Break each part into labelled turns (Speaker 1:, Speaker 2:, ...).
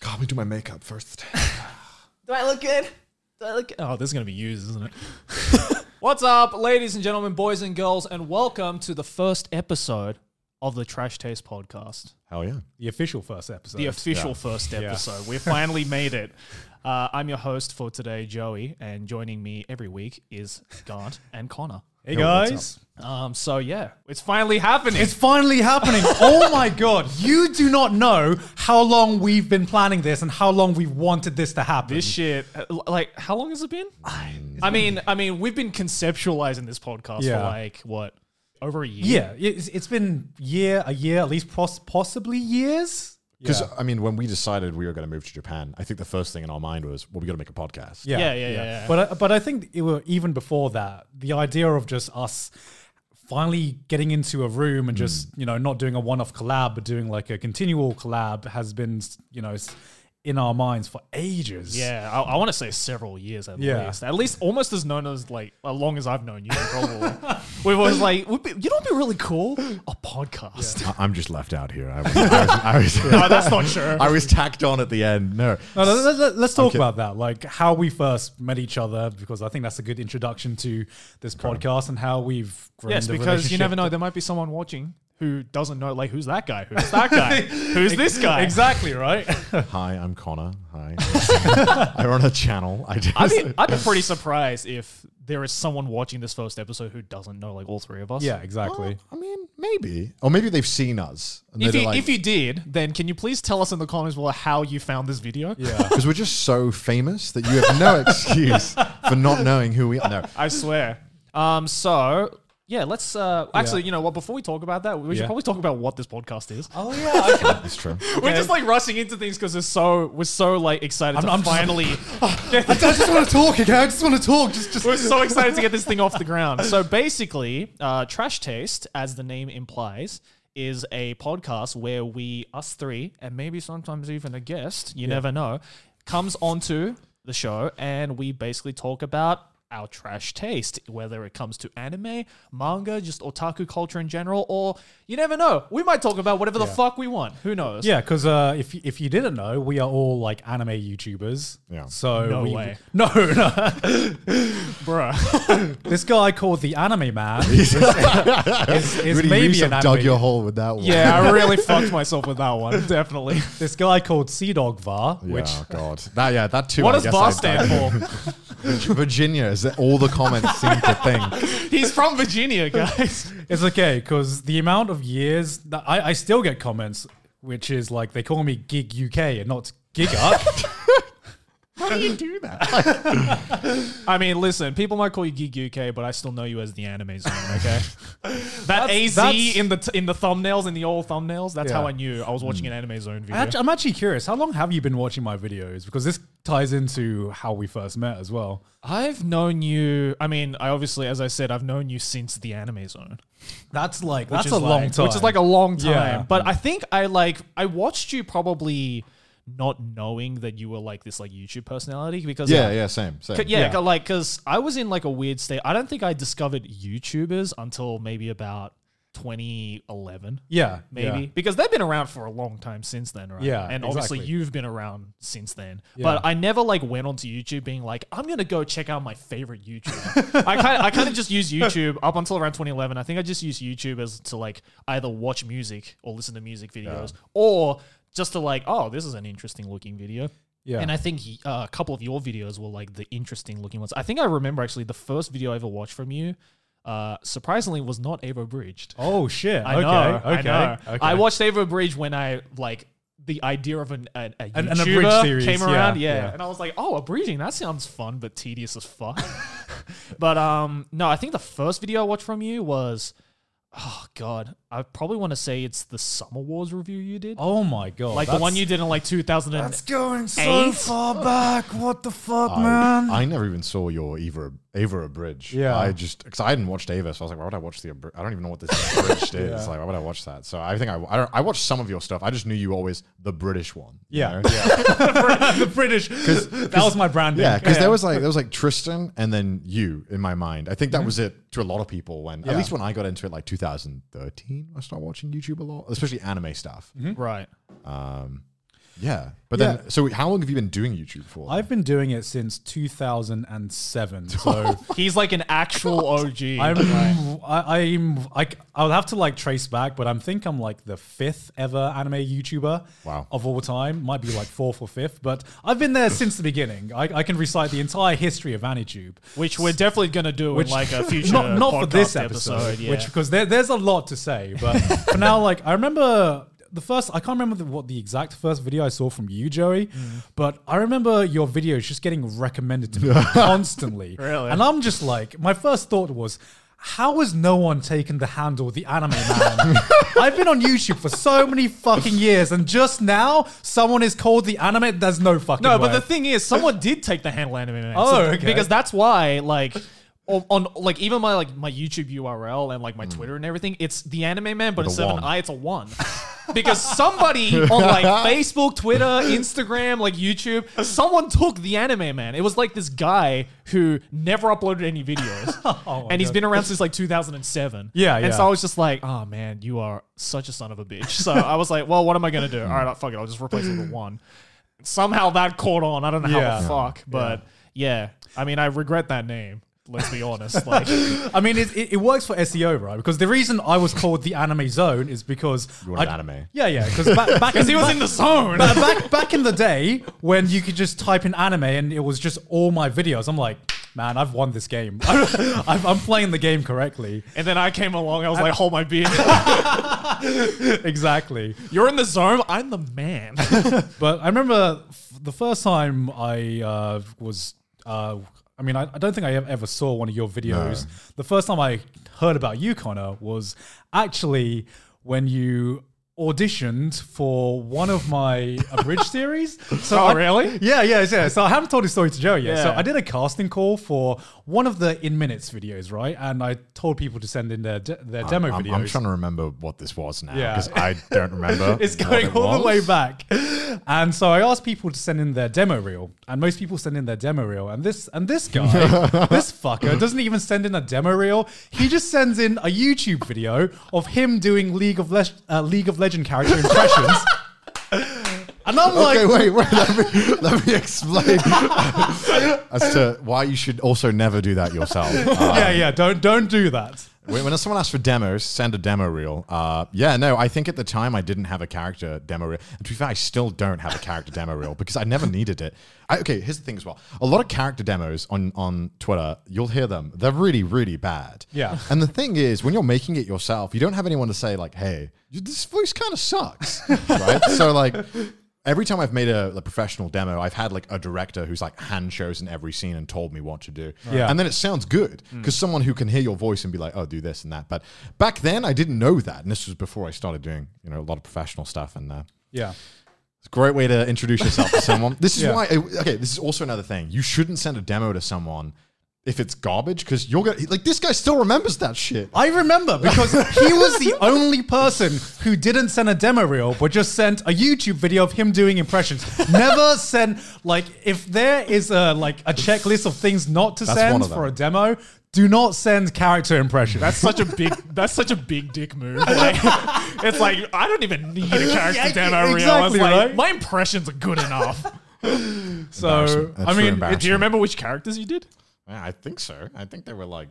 Speaker 1: God, we do my makeup first.
Speaker 2: Do I look good? Do I look good?
Speaker 3: Oh, this is going to be used, isn't it? What's up, ladies and gentlemen, boys and girls, and welcome to the first episode of the Trash Taste Podcast.
Speaker 1: Hell yeah.
Speaker 4: The official first episode.
Speaker 3: The official first episode. We finally made it. Uh, I'm your host for today, Joey, and joining me every week is Gant and Connor.
Speaker 4: hey guys,
Speaker 3: Um, so, yeah, it's finally happening.
Speaker 4: it's finally happening. oh my god, you do not know how long we've been planning this and how long we've wanted this to happen.
Speaker 3: this shit, uh, l- like, how long has it been? I mean, I mean, we've been conceptualizing this podcast for
Speaker 4: Yeah.
Speaker 3: like what over a year.
Speaker 4: yeah, it's, it's been year, a year, at least pos- possibly years.
Speaker 1: Because, I mean, when we decided we were going to move to Japan, I think the first thing in our mind was, well, we got to make a podcast.
Speaker 3: Yeah, yeah, yeah, yeah.
Speaker 4: But I, but I think it were even before that, the idea of just us finally getting into a room and just
Speaker 3: Mm.
Speaker 4: you know not doing a one-off collab, but doing like a continual collab has been you know s- in our minds for ages.
Speaker 3: Yeah, I, I want to say several years at
Speaker 4: Yeah.
Speaker 3: least. At least almost as known as like as long as I've known you. Probably we've always like, would be, you know, what would be really cool a podcast.
Speaker 1: I- I'm just left out here. I was, I was, I was,
Speaker 3: no, that's not sure.
Speaker 1: I was tacked on at the end. No.
Speaker 4: No, no, let, let, let's talk
Speaker 1: Okay.
Speaker 4: about that, like how we first met each other, because I think that's a good introduction to this podcast and how we've grown.
Speaker 3: yes,
Speaker 4: the
Speaker 3: because you
Speaker 4: relationship.
Speaker 3: never know, there might be someone watching who doesn't know. Like, who's that guy? Who's that guy? who's this guy?
Speaker 4: exactly right.
Speaker 1: Hi, I'm Connor. Hi. I run a channel. I just.
Speaker 3: I'd be, I'd be pretty surprised if there is someone watching this first episode who doesn't know like all three of us.
Speaker 4: yeah, exactly.
Speaker 1: I mean, maybe. Or maybe they've seen us. And
Speaker 3: If
Speaker 1: they're
Speaker 3: you,
Speaker 1: like-
Speaker 3: if you did, then can you please tell us in the comments below how you found this video?
Speaker 4: Yeah,
Speaker 1: Because we're just so famous that you have no excuse for not knowing who we are. No.
Speaker 3: I swear. Um, so yeah, let's uh, actually, you know what? Before we talk about that, we should
Speaker 4: Yeah.
Speaker 3: probably talk about what this podcast is.
Speaker 4: oh yeah. okay.
Speaker 1: It's true.
Speaker 3: We're just like rushing into things because we're so we're so like excited to
Speaker 4: I'm just-
Speaker 3: finally
Speaker 4: I just want to talk. Okay, I just want to talk. Just, just.
Speaker 3: we're so excited to get this thing off the ground. So basically, uh, Trash Taste, as the name implies, is a podcast where we, us three, and maybe sometimes even a guest, you never know, comes onto the show and we basically talk about our trash taste, whether it comes to anime, manga, just otaku culture in general, or you never know. We might talk about whatever the fuck we want. Who knows?
Speaker 4: Yeah, because uh, if if you didn't know, we are all like anime YouTubers.
Speaker 1: Yeah.
Speaker 4: So
Speaker 3: No
Speaker 4: we,
Speaker 3: way.
Speaker 4: No, no.
Speaker 3: Bruh.
Speaker 4: this guy called the Anime Man is, is, is
Speaker 1: Really, you
Speaker 4: maybe
Speaker 1: sort
Speaker 4: an
Speaker 1: of
Speaker 4: anime.
Speaker 1: dug your hole with that one.
Speaker 3: yeah, I really fucked myself with that one. Definitely.
Speaker 4: this guy called Sea Dog Var,
Speaker 1: Yeah, oh
Speaker 4: which
Speaker 1: God. That, yeah, that too.
Speaker 3: What
Speaker 1: I
Speaker 3: does
Speaker 1: guess
Speaker 3: VAR
Speaker 1: I've done.
Speaker 3: stand for?
Speaker 1: Virginia is that all the comments seem to think.
Speaker 3: He's from Virginia, guys.
Speaker 4: It's okay because the amount of years that I, I still get comments, which is like they call me Gig UK and not Gig Up.
Speaker 1: How do you do that?
Speaker 3: I mean, listen, people might call you Geek UK, but I still know you as the Anime Zone. Okay, that AZ
Speaker 4: that's-
Speaker 3: in the t- in the thumbnails in the old thumbnails. That's
Speaker 4: Yeah.
Speaker 3: how I knew I was watching an Anime Zone video.
Speaker 4: Actu- I'm actually curious, how long have you been watching my videos? Because this ties into how we first met as well.
Speaker 3: I've known you. I mean, I obviously, as I said, I've known you since the Anime Zone.
Speaker 4: That's like
Speaker 3: which
Speaker 4: that's
Speaker 3: is
Speaker 4: a long
Speaker 3: like-
Speaker 4: time.
Speaker 3: which is like a long time.
Speaker 4: Yeah.
Speaker 3: But I think I like I watched you probably not knowing that you were like this like YouTube personality because
Speaker 1: yeah,
Speaker 3: uh,
Speaker 1: yeah, same, same.
Speaker 3: C- yeah, 'cause, like because I was in like a weird state. I don't think I discovered YouTubers until maybe about 2011,
Speaker 4: yeah,
Speaker 3: maybe
Speaker 4: yeah.
Speaker 3: because they've been around for a long time since then, right?
Speaker 4: Yeah,
Speaker 3: and obviously
Speaker 4: exactly.
Speaker 3: you've been around since then.
Speaker 4: Yeah.
Speaker 3: But I never like went onto YouTube being like, I'm gonna go check out my favorite YouTuber. I kind I kind of just use YouTube up until around 2011. I think I just used YouTube as to like either watch music or listen to music videos or just to like, oh, this is an interesting looking video.
Speaker 4: Yeah.
Speaker 3: And I think uh, a couple of your videos were like the interesting looking ones. I think I remember actually the first video I ever watched from you, uh, surprisingly, was not Avo Bridged.
Speaker 4: Oh shit!
Speaker 3: I
Speaker 4: okay,
Speaker 3: know.
Speaker 4: okay,
Speaker 3: I know.
Speaker 4: okay.
Speaker 3: I watched Avo Bridge when I like the idea of an a, a
Speaker 4: An- an abridged
Speaker 3: YouTuber
Speaker 4: series,
Speaker 3: came
Speaker 4: yeah,
Speaker 3: around. Yeah,
Speaker 4: yeah.
Speaker 3: and I was like, oh, abridging. That sounds fun, but tedious as fuck. but um, no, I think the first video I watched from you was oh god, I probably want to say it's the Summer Wars review you did,
Speaker 4: Oh my god!
Speaker 3: like the
Speaker 4: that's-
Speaker 3: one you did in like 2000. And,
Speaker 4: going
Speaker 3: Eight?
Speaker 4: far back. What the fuck,
Speaker 1: I, Um, I never even saw your Ava Ava abridge.
Speaker 4: Yeah.
Speaker 1: I just because I hadn't watched Ava, so I was like, why would I watch the? Abri- I don't even know what this abridged is. Like, why would I watch that? So I think I I, don't, I watched some of your stuff. I just knew you always the British one. you
Speaker 4: Yeah.
Speaker 1: know? yeah,
Speaker 4: the British. that was my brand name.
Speaker 1: yeah. Because there was like there was like Tristan and then you in my mind. I think that was it to a lot of people when at
Speaker 4: Yeah.
Speaker 1: least when I got into it like 2013. I started watching YouTube a lot, especially anime stuff.
Speaker 3: right.
Speaker 1: Yeah, but
Speaker 4: Mm-hmm. Yeah.
Speaker 1: then so how long have you been doing YouTube for?
Speaker 4: I've been doing it since 2007. So
Speaker 3: He's like an actual OG.
Speaker 4: I'm, I, I'm, I, c- I'll have to like trace back, but I am think I'm like the fifth ever anime YouTuber
Speaker 1: Wow.
Speaker 4: of all time. Might be like fourth or fifth, but I've been there since the beginning. I, I can recite the entire history of AniTube.
Speaker 3: which we're definitely gonna do
Speaker 4: Which-
Speaker 3: in like a future
Speaker 4: not, not for
Speaker 3: podcast
Speaker 4: this episode,
Speaker 3: yeah.
Speaker 4: which because there, there's a lot to say. But for now, like I remember the first, I can't remember the, what the exact first video I saw from you, Joey, but I remember your videos just getting recommended to me constantly.
Speaker 3: Really?
Speaker 4: and I'm just like, my first thought was. How has no one taken the handle, the anime man? I've been on YouTube for so many fucking years, and just now someone is called the anime. There's no fucking
Speaker 3: No, but
Speaker 4: way.
Speaker 3: the thing is, someone did take the handle anime man.
Speaker 4: Oh,
Speaker 3: So-
Speaker 4: okay.
Speaker 3: Because that's why, like, on, on like even my like my YouTube URL and
Speaker 4: Hmm.
Speaker 3: like my Twitter and everything, it's the anime man, but
Speaker 1: With a
Speaker 3: instead of an
Speaker 1: one.
Speaker 3: I, it's a one. because somebody on like Facebook, Twitter, Instagram, like YouTube, someone took the anime man. It was like this guy who never uploaded any videos, and he's been around since like 2007.
Speaker 4: Yeah,
Speaker 3: And
Speaker 4: yeah.
Speaker 3: so I was just like, oh man, you are such a son of a bitch. So I was like, well, what am I gonna do?
Speaker 4: Hmm.
Speaker 3: All right, fuck it, I'll just replace it with a one somehow that caught on. I don't know how
Speaker 4: Yeah.
Speaker 3: the fuck, but yeah. I mean, I regret that name. Let's be honest. Like,
Speaker 4: I mean, it, it, it works for SEO, right? Because the reason I was called the Anime Zone is because you
Speaker 1: wanted anime.
Speaker 4: Yeah, yeah. Because back, back in,
Speaker 3: he was
Speaker 4: back,
Speaker 3: in the zone.
Speaker 4: ba- back back in the day when you could just type in anime and it was just all my videos. I'm like, man, I've won this game. I've, I'm playing the game correctly.
Speaker 3: And then I came along. I was like, hold my beer.
Speaker 4: Exactly.
Speaker 3: You're in the zone. I'm the man.
Speaker 4: But I remember f- the first time I uh, was. Uh, I mean, I, I don't think I ev- ever saw one of your videos. The first time I heard about you, Connor, was actually when you auditioned for one of my abridged series. So
Speaker 3: Oh,
Speaker 4: I-
Speaker 3: really?
Speaker 4: Yeah, yeah, yeah. So I haven't told this story to Joe yet. So
Speaker 3: Yeah.
Speaker 4: I did a casting call for one of the in minutes videos, right? And I told people to send in their de- their demo
Speaker 1: I'm,
Speaker 4: videos.
Speaker 1: I'm trying to remember what this was now
Speaker 4: Yeah.
Speaker 1: because I don't remember.
Speaker 4: It's
Speaker 1: what
Speaker 4: going
Speaker 1: it
Speaker 4: all the
Speaker 1: was.
Speaker 4: way back. And so I asked people to send in their demo reel, and most people send in their demo reel. And this and this guy, this fucker, doesn't even send in a demo reel. He just sends in a YouTube video of him doing League of Le- uh, League of Legend character impressions. and I'm
Speaker 1: Okay,
Speaker 4: like,
Speaker 1: wait, wait. Let me, let me explain as to why you should also never do that yourself. Uh,
Speaker 4: yeah, yeah, don't don't do that.
Speaker 1: when, when someone asks for demos, send a demo reel. Uh, yeah, no, I think at the time I didn't have a character demo reel. And to be fair, I still don't have a character demo reel because I never needed it. I, okay, here's the thing as well. A lot of character demos on, on Twitter, you'll hear them. They're really, really bad.
Speaker 4: Yeah.
Speaker 1: And the thing is, when you're making it yourself, you don't have anyone to say, like, hey, you- this voice kind of sucks. right? So, like, every time I've made a, a professional demo, I've had like a director who's like hand chosen every scene and told me what to do.
Speaker 4: Yeah. Mm.
Speaker 1: And then it sounds good because someone who can hear your voice and be like, oh, do this and that. But back then, I didn't know that. And this was before I started doing, you know, a lot of professional stuff. And, uh,
Speaker 4: Yeah.
Speaker 1: it's a great way to introduce yourself to someone. This is
Speaker 4: Yeah.
Speaker 1: why. uh, Okay, this is also another thing. You shouldn't send a demo to someone if it's garbage because you're gonna like this guy still remembers that shit.
Speaker 4: I remember because he was the only person who didn't send a demo reel, but just sent a YouTube video of him doing impressions. Never send like if there is a like a checklist of things not to
Speaker 1: That's one
Speaker 4: send
Speaker 1: of them.
Speaker 4: for a demo, do not send character impressions.
Speaker 3: that's such a big. That's such a big dick move. Like, it's like I don't even need a character
Speaker 4: Yeah,
Speaker 3: demo reel.
Speaker 4: exactly,
Speaker 3: It's like,
Speaker 4: right?
Speaker 3: My impressions are good enough.
Speaker 4: so
Speaker 1: Embarrassing. That's
Speaker 4: I
Speaker 1: true
Speaker 4: mean,
Speaker 1: embarrassing.
Speaker 4: it,
Speaker 3: Do you remember which characters you did?
Speaker 1: Yeah, I think so. I think they were like,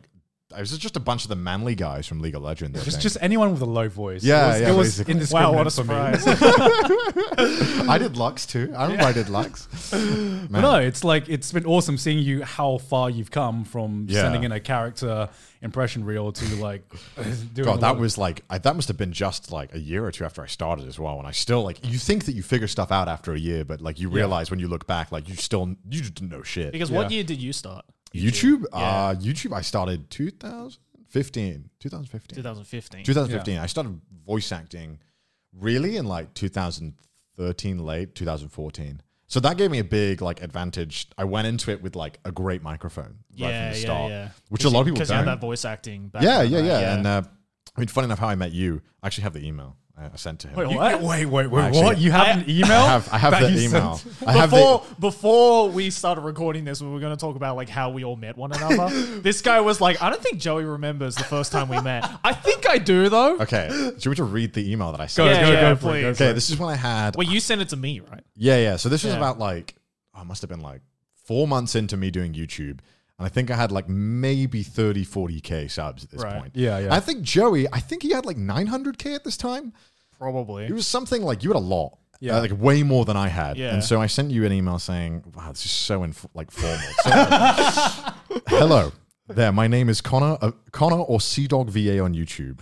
Speaker 1: it was just a bunch of the manly guys from League of Legends. I
Speaker 4: it's
Speaker 1: think.
Speaker 4: just anyone with a low voice.
Speaker 1: Yeah,
Speaker 4: it was,
Speaker 1: yeah,
Speaker 4: it was
Speaker 1: basically.
Speaker 4: indiscriminate
Speaker 3: Wow, what a
Speaker 4: for me.
Speaker 3: surprise.
Speaker 1: I did Lux too. I remember I did Lux.
Speaker 4: But no, it's like it's been awesome seeing you how far you've come from
Speaker 1: Yeah.
Speaker 4: sending in a character impression reel to like doing a
Speaker 1: God,
Speaker 4: lot
Speaker 1: that
Speaker 4: of-
Speaker 1: was like I, that must have been just like a year or two after I started as well. And I still like you think that you figure stuff out after a year, but like you realize when you look back, like you still you just didn't know shit.
Speaker 3: Because what year did you start?
Speaker 1: YouTube, uh, YouTube, I started 2000. 15, 2015.
Speaker 3: 2015.
Speaker 1: 2015. I started voice acting really in like 2013, late 2014. So that gave me a big like advantage. I went into it with like a great microphone right
Speaker 3: yeah,
Speaker 1: from the
Speaker 3: yeah,
Speaker 1: start,
Speaker 3: yeah.
Speaker 1: which a lot of people
Speaker 3: because you had
Speaker 1: don't.
Speaker 3: that voice acting.
Speaker 1: yeah,
Speaker 3: background,
Speaker 1: yeah,
Speaker 3: right?
Speaker 1: yeah, And uh, I mean, funny enough, how I met you. I actually have the email I I sent to him.
Speaker 3: Wait,
Speaker 4: You-
Speaker 3: what?
Speaker 4: wait, wait, wait.
Speaker 1: Actually,
Speaker 4: what? You have an email?
Speaker 1: I have, I have
Speaker 4: that
Speaker 1: the
Speaker 4: you
Speaker 1: email.
Speaker 4: sent?
Speaker 1: I have the,
Speaker 3: before before we started recording this, we were going to talk about like how we all met one another. this guy was like, "I don't think Joey remembers the first time we met. I think I do though."
Speaker 1: Okay, do you want me to read the email that I sent?
Speaker 3: yeah,
Speaker 4: go,
Speaker 3: yeah,
Speaker 4: go for it,
Speaker 3: please.
Speaker 4: go
Speaker 1: Okay, this is when I had.
Speaker 3: Well, you sent it to me, right?
Speaker 1: Yeah, yeah. So this was
Speaker 3: Yeah.
Speaker 1: about like I must have been like four months into me doing YouTube. And I think I had like maybe 30, 40K subs at this
Speaker 3: Right.
Speaker 1: point.
Speaker 4: Yeah, yeah.
Speaker 1: I think Joey, I think he had like 900K at this time.
Speaker 3: Probably.
Speaker 1: It was something like you had a lot.
Speaker 4: Yeah.
Speaker 1: Yeah. like way more than I had.
Speaker 3: Yeah.
Speaker 1: And so I sent you an email saying, wow, this is so inf- like formal. So, Hello. There, my name is Connor, uh, Connor or Sea Dog VA on YouTube.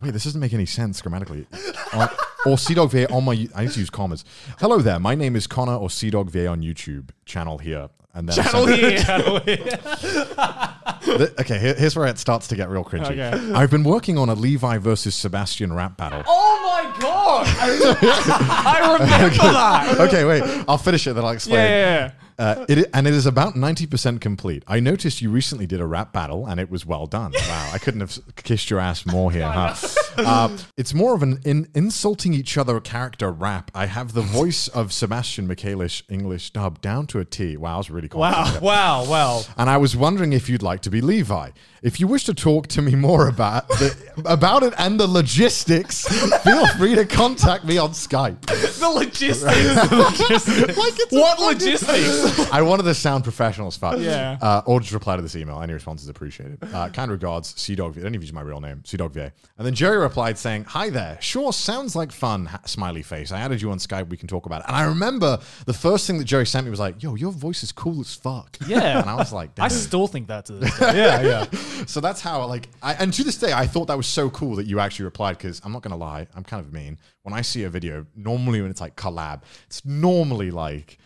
Speaker 1: Wait, this doesn't make any sense grammatically. On- or Sea Dog VA on my. I need to use commas. Hello there, my name is Connor or Sea Dog VA on YouTube. Channel here, and then I sent-
Speaker 3: Channel here.
Speaker 1: Th- okay, here- here's where it starts to get real cringy.
Speaker 3: Okay.
Speaker 1: I've been working on a Levi versus Sebastian rap battle.
Speaker 3: Oh my god! I remember that.
Speaker 1: Okay, wait, I'll finish it, then I'll
Speaker 3: Yeah,
Speaker 1: explain.
Speaker 3: yeah,
Speaker 1: Uh, it, i- and it is about 90% complete. I noticed you recently did a rap battle and it was well done. Wow, I couldn't have s- kissed your ass more here, huh? Uh, it's more of an in, insulting each other character rap. I have the voice of Sebastian Michaelis English dub down to a T. Wow, I was really cool.
Speaker 3: Wow.
Speaker 4: Wow, wow.
Speaker 1: And I was wondering if you'd like to be Levi. If you wish to talk to me more about the, about it and the logistics, feel free to contact me on Skype.
Speaker 3: yeah. The logistics.
Speaker 1: Like it's a
Speaker 3: what
Speaker 1: fucking-
Speaker 3: logistics?
Speaker 1: I wanted to sound professional as fuck.
Speaker 3: Yeah.
Speaker 1: Uh, or just reply to this email. Any response is appreciated. Uh, kind regards, C Dog. I don't even use my real name, C Dog VA. And then Jerry replied saying, "Hi there. Sure, sounds like fun." Ha- smiley face. I added you on Skype. We can talk about it. And I remember the first thing that Jerry sent me was like, "Yo, your voice is cool as fuck."
Speaker 3: Yeah.
Speaker 1: And I was like,
Speaker 3: I
Speaker 1: "Damn."
Speaker 3: still think that to this day.
Speaker 4: Yeah, yeah.
Speaker 1: so that's how like I, and to this day i thought that was so cool that you actually replied because i'm not gonna lie i'm kind of mean when i see a video normally when it's like collab it's normally like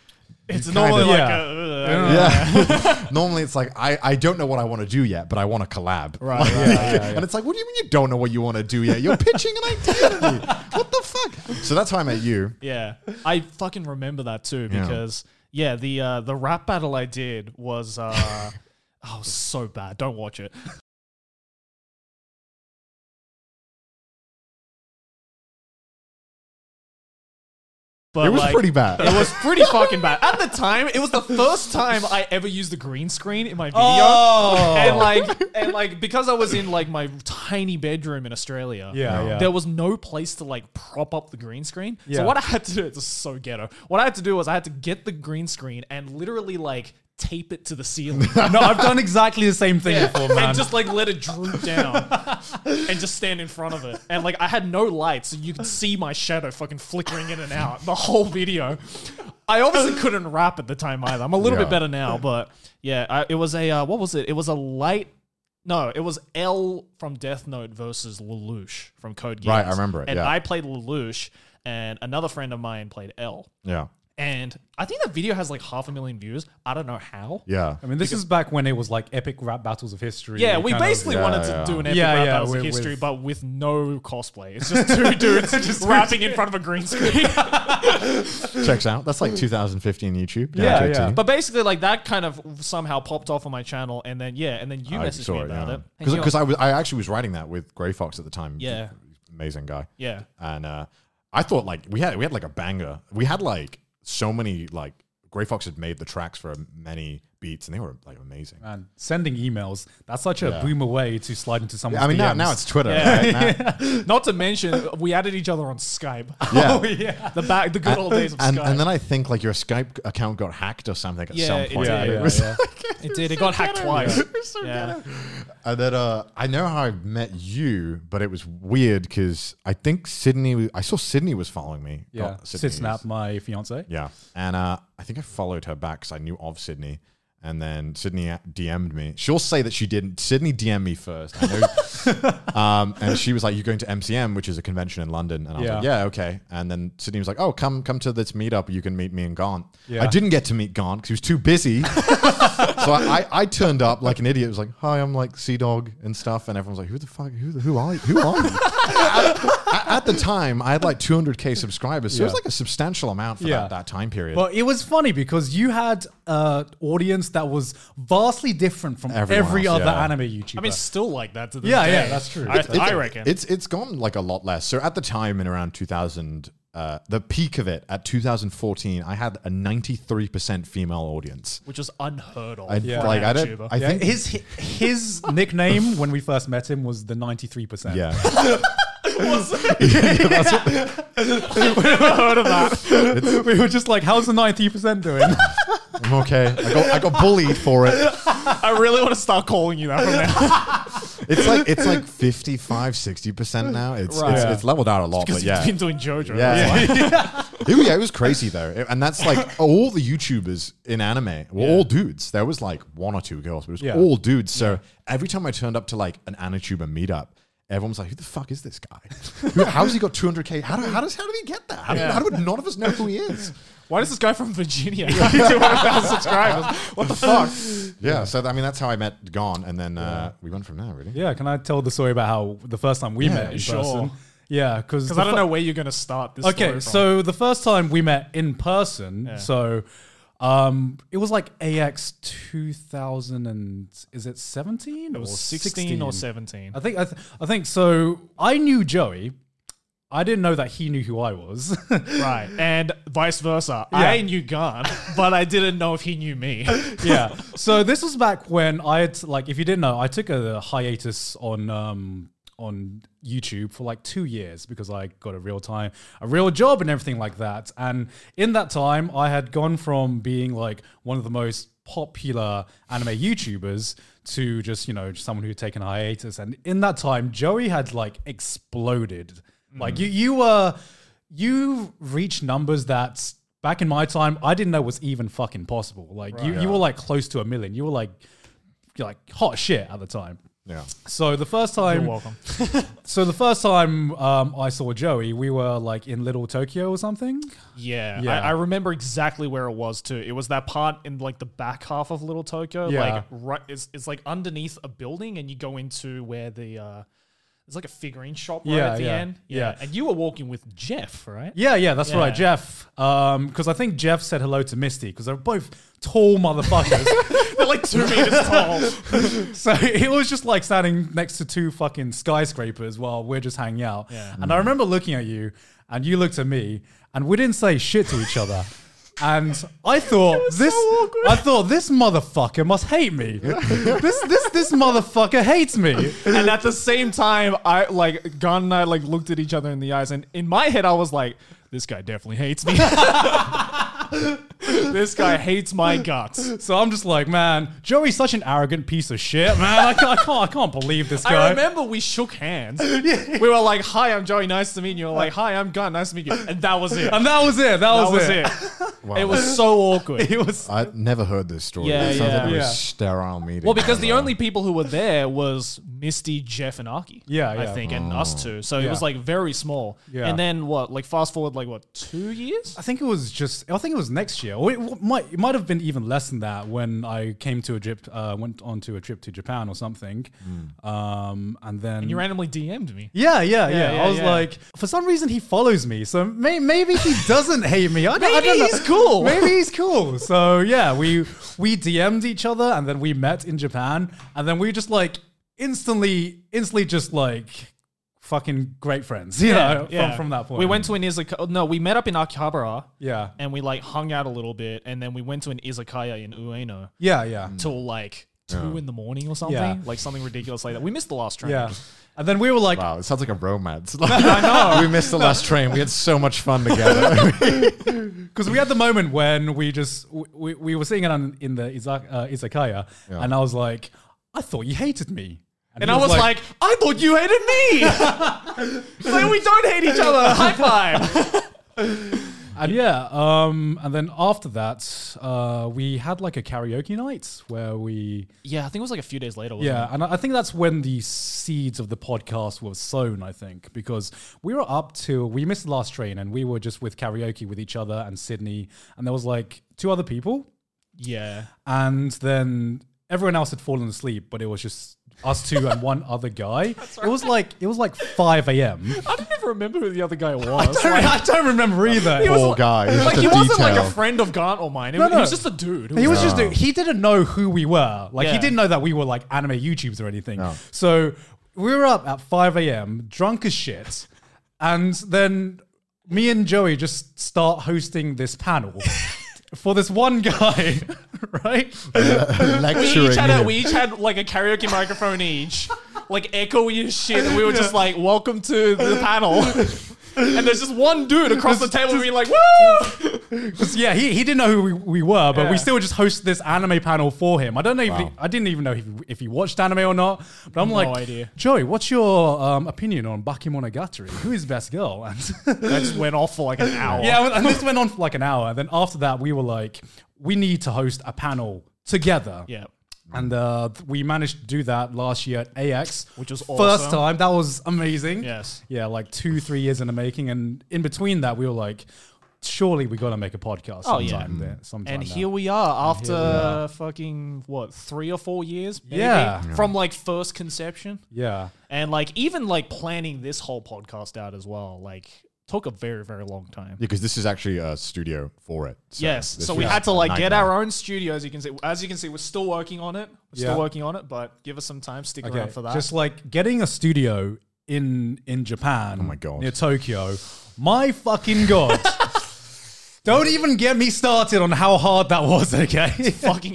Speaker 1: you
Speaker 3: It's
Speaker 1: kinda-
Speaker 3: normally like
Speaker 4: Yeah.
Speaker 3: a. uh,
Speaker 1: yeah. normally it's like I, I don't know what I want to do yet, but I want to collab. Right. And it's like, what do you mean you don't know what you want to do yet? You're pitching an idea. what the fuck? So that's how I met you.
Speaker 3: Yeah, I fucking remember that too because yeah, the uh, the rap battle I did was uh, oh so bad. Don't watch it. But
Speaker 1: it was
Speaker 3: like,
Speaker 1: pretty bad.
Speaker 3: It was pretty fucking bad at the time. It was the first time I ever used the green screen in my video.
Speaker 4: Oh.
Speaker 3: And like, and like, because I was in like my tiny bedroom in Australia,
Speaker 4: Yeah, yeah.
Speaker 3: there was no place to like prop up the green screen.
Speaker 4: Yeah.
Speaker 3: So what I had to do, it's so ghetto. What I had to do was I had to get the green screen and literally like tape it to the ceiling.
Speaker 4: No, I've done exactly the same thing before, man.
Speaker 3: And just like let it droop down and just stand in front of it. And like I had no light, so you could see my shadow fucking flickering in and out the whole video. I obviously couldn't rap at the time either. I'm a little
Speaker 1: Yeah.
Speaker 3: bit better now, but yeah, I, it was a uh, what was it? It was a light. No, it was L from Death Note versus Lelouch from Code Geass.
Speaker 1: Right, I remember it,
Speaker 3: And
Speaker 1: yeah.
Speaker 3: I played Lelouch, and another friend of mine played L.
Speaker 1: yeah.
Speaker 3: And I think that video has like half a million views. I don't know how.
Speaker 1: Yeah.
Speaker 4: I mean, this is back when it was like epic rap battles of history.
Speaker 3: Yeah, we
Speaker 4: kind of-
Speaker 3: basically
Speaker 1: Yeah,
Speaker 3: wanted to
Speaker 1: yeah.
Speaker 3: do an epic
Speaker 4: Yeah,
Speaker 3: rap
Speaker 4: yeah,
Speaker 3: battles of
Speaker 4: with-
Speaker 3: history,
Speaker 4: with-
Speaker 3: but with no cosplay. It's just two dudes just rapping in front of a green screen.
Speaker 1: Checks out. That's like 2015 YouTube.
Speaker 4: Yeah,
Speaker 1: to a
Speaker 4: yeah.
Speaker 1: T.
Speaker 3: but basically, like that kind of somehow popped off on my channel, and then yeah, and then you
Speaker 1: I
Speaker 3: messaged
Speaker 1: saw
Speaker 3: me
Speaker 1: it,
Speaker 3: about
Speaker 1: yeah.
Speaker 3: it. And
Speaker 1: Because
Speaker 3: you're-
Speaker 1: because I was I actually was writing that with Grey Fox at the time.
Speaker 3: Yeah.
Speaker 1: amazing guy.
Speaker 3: yeah,
Speaker 1: and uh, I thought like we had we had like a banger. We had like so many like Grey Fox had made the tracks for many beats, and they were like amazing.
Speaker 4: Man, sending emails, that's such a boomer way to slide into someone's
Speaker 1: I mean, now,
Speaker 4: DMs.
Speaker 1: now it's Twitter.
Speaker 3: Yeah.
Speaker 1: right? Now-
Speaker 3: not to mention we added each other on Skype.
Speaker 1: Yeah.
Speaker 3: oh yeah, the back, the good old days of
Speaker 1: and,
Speaker 3: Skype.
Speaker 1: and then I think like your Skype account got hacked or something at
Speaker 3: Yeah,
Speaker 1: some
Speaker 3: it
Speaker 1: point.
Speaker 3: did.
Speaker 4: yeah,
Speaker 1: And
Speaker 4: yeah,
Speaker 1: was-
Speaker 4: yeah.
Speaker 3: it did. It got hacked twice. yeah.
Speaker 1: And then uh, I know how I met you, but it was weird because I think Sydney. I saw Sydney was following me.
Speaker 4: yeah.
Speaker 1: God,
Speaker 4: Sid
Speaker 1: is-
Speaker 4: Snap, my fiance.
Speaker 1: Yeah. And uh, I think I followed her back because I knew of Sydney. And then Sydney DM'd me. She'll say that she didn't. Sydney DM'd me first. I know. um, and she was like, You're going to MCM, which is a convention in London. And I was like,
Speaker 4: Yeah.
Speaker 1: Yeah, okay. And then Sydney was like, Oh, come come to this meetup. You can meet me and Gaunt.
Speaker 4: Yeah.
Speaker 1: I didn't get to meet Gaunt because he was too busy. So I, I, I turned up like an idiot. It was like, hi, I'm like Sea Dog and stuff. And everyone's like, who the fuck, who, the- who are you? Who are you? at, at the time, I had like 200K subscribers. So it was
Speaker 4: Yeah.
Speaker 1: like a substantial amount for
Speaker 4: Yeah.
Speaker 1: that, that time period.
Speaker 4: But it was funny because you had an audience that was vastly different from
Speaker 1: Everyone
Speaker 4: every
Speaker 1: else,
Speaker 4: other
Speaker 1: yeah.
Speaker 4: anime YouTuber.
Speaker 3: I mean, still like that to this
Speaker 4: Yeah,
Speaker 3: day.
Speaker 4: yeah, that's true.
Speaker 3: I,
Speaker 4: It's-
Speaker 1: It's-
Speaker 3: I reckon.
Speaker 1: It's it's gone like a lot less. So at the time in around 2000, uh, the peak of it at 2014, I had a 93% female audience.
Speaker 3: which is unheard of.
Speaker 1: I,
Speaker 3: for a
Speaker 1: Like I don't.
Speaker 3: YouTuber.
Speaker 1: I
Speaker 4: yeah,
Speaker 1: think
Speaker 4: his his nickname when we first met him was the ninety three percent.
Speaker 1: Yeah.
Speaker 4: we were just like, "How's the ninety percent doing?"
Speaker 1: I'm okay. I got, I got bullied for it.
Speaker 3: I really want to start calling you that from now.
Speaker 1: It's like it's like 55, 60% now. It's
Speaker 3: Right.
Speaker 1: it's,
Speaker 3: Yeah.
Speaker 1: it's leveled out a lot, but
Speaker 3: Because
Speaker 1: yeah.
Speaker 3: you've been doing JoJo.
Speaker 1: Yeah. It, was- yeah, it was crazy though, It- and that's like all the YouTubers in anime were all dudes. There was like one or two girls, but it was
Speaker 4: Yeah.
Speaker 1: all dudes. So every time I turned up to like an AniTuber meetup, everyone was like, "Who the fuck is this guy? Who- How's he got 200k? How, do, how does how did he get that? How, do- how do none of us know who he is?"
Speaker 3: Why does this guy from Virginia have 200,000 subscribers? What the fuck?
Speaker 1: Yeah, so I mean that's how I met Gon, and then uh, we went from there really.
Speaker 4: yeah, can I tell the story about how the first time we met in
Speaker 3: sure.
Speaker 4: person? Yeah, because
Speaker 3: Because I don't know where you're going to start this
Speaker 4: Okay,
Speaker 3: story from.
Speaker 4: so the first time we met in person, so um, it was like AX two thousand and is it seventeen? It
Speaker 3: was 16 or 17.
Speaker 4: I think I, th- I think so. I knew Joey. I didn't know that he knew who I was.
Speaker 3: Right. And vice versa. I knew Gun, but I didn't know if he knew me.
Speaker 4: yeah. So this was back when I had like, if you didn't know, I took a hiatus on um on YouTube for like two years because I got a real time, a real job and everything like that. And in that time, I had gone from being like one of the most popular anime YouTubers to just you know just someone who had taken a hiatus. And in that time, Joey had like exploded. Like you, you were you reached numbers that back in my time I didn't know was even fucking possible. Like you, you were like close to a million. You were like you're like hot shit at the time.
Speaker 1: Yeah.
Speaker 4: So the first time,
Speaker 3: You're welcome.
Speaker 4: so the first time um, I saw Joey, we were like in Little Tokyo or something.
Speaker 3: Yeah,
Speaker 4: Yeah.
Speaker 3: I, I remember exactly where it was too. It was that part in like the back half of Little Tokyo,
Speaker 4: Yeah.
Speaker 3: like right, it's, it's like underneath a building, and you go into where the uh, there's like a figurine shop right
Speaker 4: Yeah,
Speaker 3: at the
Speaker 4: yeah,
Speaker 3: end.
Speaker 4: yeah.
Speaker 3: and you were walking with Jeff, right?
Speaker 4: Yeah, yeah, that's right,
Speaker 3: Yeah.
Speaker 4: Jeff. Um, because I think Jeff said hello to Misty because they're both tall motherfuckers.
Speaker 3: they're like two meters tall.
Speaker 4: So it was just like standing next to two fucking skyscrapers while we're just hanging out. And I remember looking at you, and you looked at me, and we didn't say shit to each other. And I thought this, I thought this motherfucker must hate me. this, this, this motherfucker hates me.
Speaker 3: And at the same time, I like Gun and I like looked at each other in the eyes, and in my head, I was like, "This guy definitely hates me. this guy hates my guts."
Speaker 4: So I'm just like, man, Joey's such an arrogant piece of shit, man. I can't, I can't, I can't believe this guy.
Speaker 3: I remember we shook hands. We were like, "Hi, I'm Joey. Nice to meet you." you. were like, "Hi, I'm Gunn. Nice to meet you." And that was it.
Speaker 4: and
Speaker 3: that
Speaker 4: that was it. That, was,
Speaker 3: was
Speaker 4: it.
Speaker 3: it. It was so awkward.
Speaker 4: It was
Speaker 1: I never heard this story.
Speaker 3: Yeah,
Speaker 1: it sounds like
Speaker 3: yeah.
Speaker 1: a
Speaker 4: Yeah.
Speaker 1: sterile meeting.
Speaker 3: Well, because the
Speaker 1: Wow.
Speaker 3: only people who were there was Misty, Jeff, and Aki.
Speaker 4: Yeah,
Speaker 3: I
Speaker 4: yeah.
Speaker 3: think, and us two. So it was like very small.
Speaker 4: Yeah.
Speaker 3: And then what? Like fast forward, like what? Two years?
Speaker 4: I think it was just. I think it was next year, or it w- might it might have been even less than that when I came to a trip, uh, went on to a trip to Japan or something,
Speaker 3: Mm.
Speaker 4: um, and then
Speaker 3: You randomly DM'd me.
Speaker 4: Yeah, yeah, yeah.
Speaker 3: yeah,
Speaker 4: I was
Speaker 3: yeah.
Speaker 4: like, for some reason he follows me, so may- maybe he doesn't hate me. I don't, I
Speaker 3: Maybe
Speaker 4: don't know.
Speaker 3: he's cool.
Speaker 4: Maybe he's cool. So yeah, we we DM'd each other, and then we met in Japan, and then we just like instantly, instantly just like fucking great friends, you know, From, from that point.
Speaker 3: we went to an izakaya. No, we met up in Akihabara.
Speaker 4: Yeah.
Speaker 3: and we like hung out a little bit, and then we went to an izakaya in Ueno.
Speaker 4: yeah, yeah.
Speaker 3: till like two in the morning or something,
Speaker 4: Yeah.
Speaker 3: like something ridiculous like that. We missed the last train.
Speaker 4: Yeah. And then we were like,
Speaker 1: Wow, it sounds like a romance. I know. We missed the last train. We had so much fun together.
Speaker 4: because we had the moment when we just we- we, we were sitting in, in the izak, uh, izakaya, and I was like, I thought you hated me,
Speaker 3: And
Speaker 4: he
Speaker 3: I was like, I thought you hated me. so we don't hate each other. High five.
Speaker 4: and yeah, um, and then after that, uh, we had like a karaoke night where we
Speaker 3: Yeah, I think it was like a few days later. Wasn't
Speaker 4: yeah, and I I think that's when the seeds of the podcast were sown. I think because we were up till we missed the last train, and we were just with karaoke with each other and Sydney, and there was like two other people.
Speaker 3: Yeah.
Speaker 4: and then everyone else had fallen asleep, but it was just us two and one other guy. It was like it was like five a.m.
Speaker 3: I don't even remember who the other guy was.
Speaker 4: I don't- I don't remember either. He was,
Speaker 1: Poor guy. He's
Speaker 3: like
Speaker 1: just
Speaker 3: he
Speaker 1: a
Speaker 3: wasn't like
Speaker 1: detail.
Speaker 3: a friend of Grant or mine. It
Speaker 4: No,
Speaker 3: was, He
Speaker 4: no.
Speaker 3: was just a dude. who
Speaker 4: he
Speaker 3: was-
Speaker 4: was just he didn't know who we were. Like he
Speaker 3: Yeah.
Speaker 4: didn't know that we were like anime YouTubers or anything. So we were up at five a.m. drunk as shit, and then me and Joey just start hosting this panel. For this one guy, right?
Speaker 3: we
Speaker 1: lecturing.
Speaker 3: each had a,
Speaker 1: him.
Speaker 3: we each had like a karaoke microphone each, like echoey as shit, and we were just like, "Welcome to the panel." And there's just one dude across the table being like, "Woo!"
Speaker 4: Yeah, he, he didn't know who we, we were, but
Speaker 3: Yeah.
Speaker 4: we still just hosted this anime panel for him. I don't know if he,
Speaker 1: Wow.
Speaker 4: I didn't even know if, if he watched anime or not. But I'm like,
Speaker 3: idea.
Speaker 4: Joey, what's your um, opinion on Bakemonogatari? Who is best girl? And
Speaker 3: That just went off for like an hour.
Speaker 4: yeah, and this went on for like an hour. And then after that, we were like, we need to host a panel together.
Speaker 3: yeah.
Speaker 4: And uh, th- we managed to do that last year at AX,
Speaker 3: Which was
Speaker 4: first
Speaker 3: awesome.
Speaker 4: time. That was amazing.
Speaker 3: Yes.
Speaker 4: yeah, like two, three years in the making. And in between that, we were like, surely we got to make a podcast.
Speaker 3: Oh, yeah.
Speaker 4: sometime there, sometime
Speaker 3: And
Speaker 4: now.
Speaker 3: here we are after fucking what three or four years, maybe,
Speaker 4: Yeah.
Speaker 3: from like first conception,
Speaker 4: yeah,
Speaker 3: and like even like planning this whole podcast out as well, like took a very very long time.
Speaker 1: because this is actually a studio for it. So
Speaker 3: yes,
Speaker 1: this
Speaker 3: so we
Speaker 1: was
Speaker 3: had to
Speaker 1: a
Speaker 3: like get
Speaker 1: nightmare.
Speaker 3: our own studio. As you can see, as you can see, we're still working on it. We're
Speaker 4: Yeah.
Speaker 3: still working on it, but give us some time. Stick
Speaker 4: okay.
Speaker 3: around for that.
Speaker 4: Just like getting a studio in in Japan. Oh
Speaker 1: my God.
Speaker 4: near Tokyo. My fucking god! Don't even get me started on how hard that was. Okay,
Speaker 3: fucking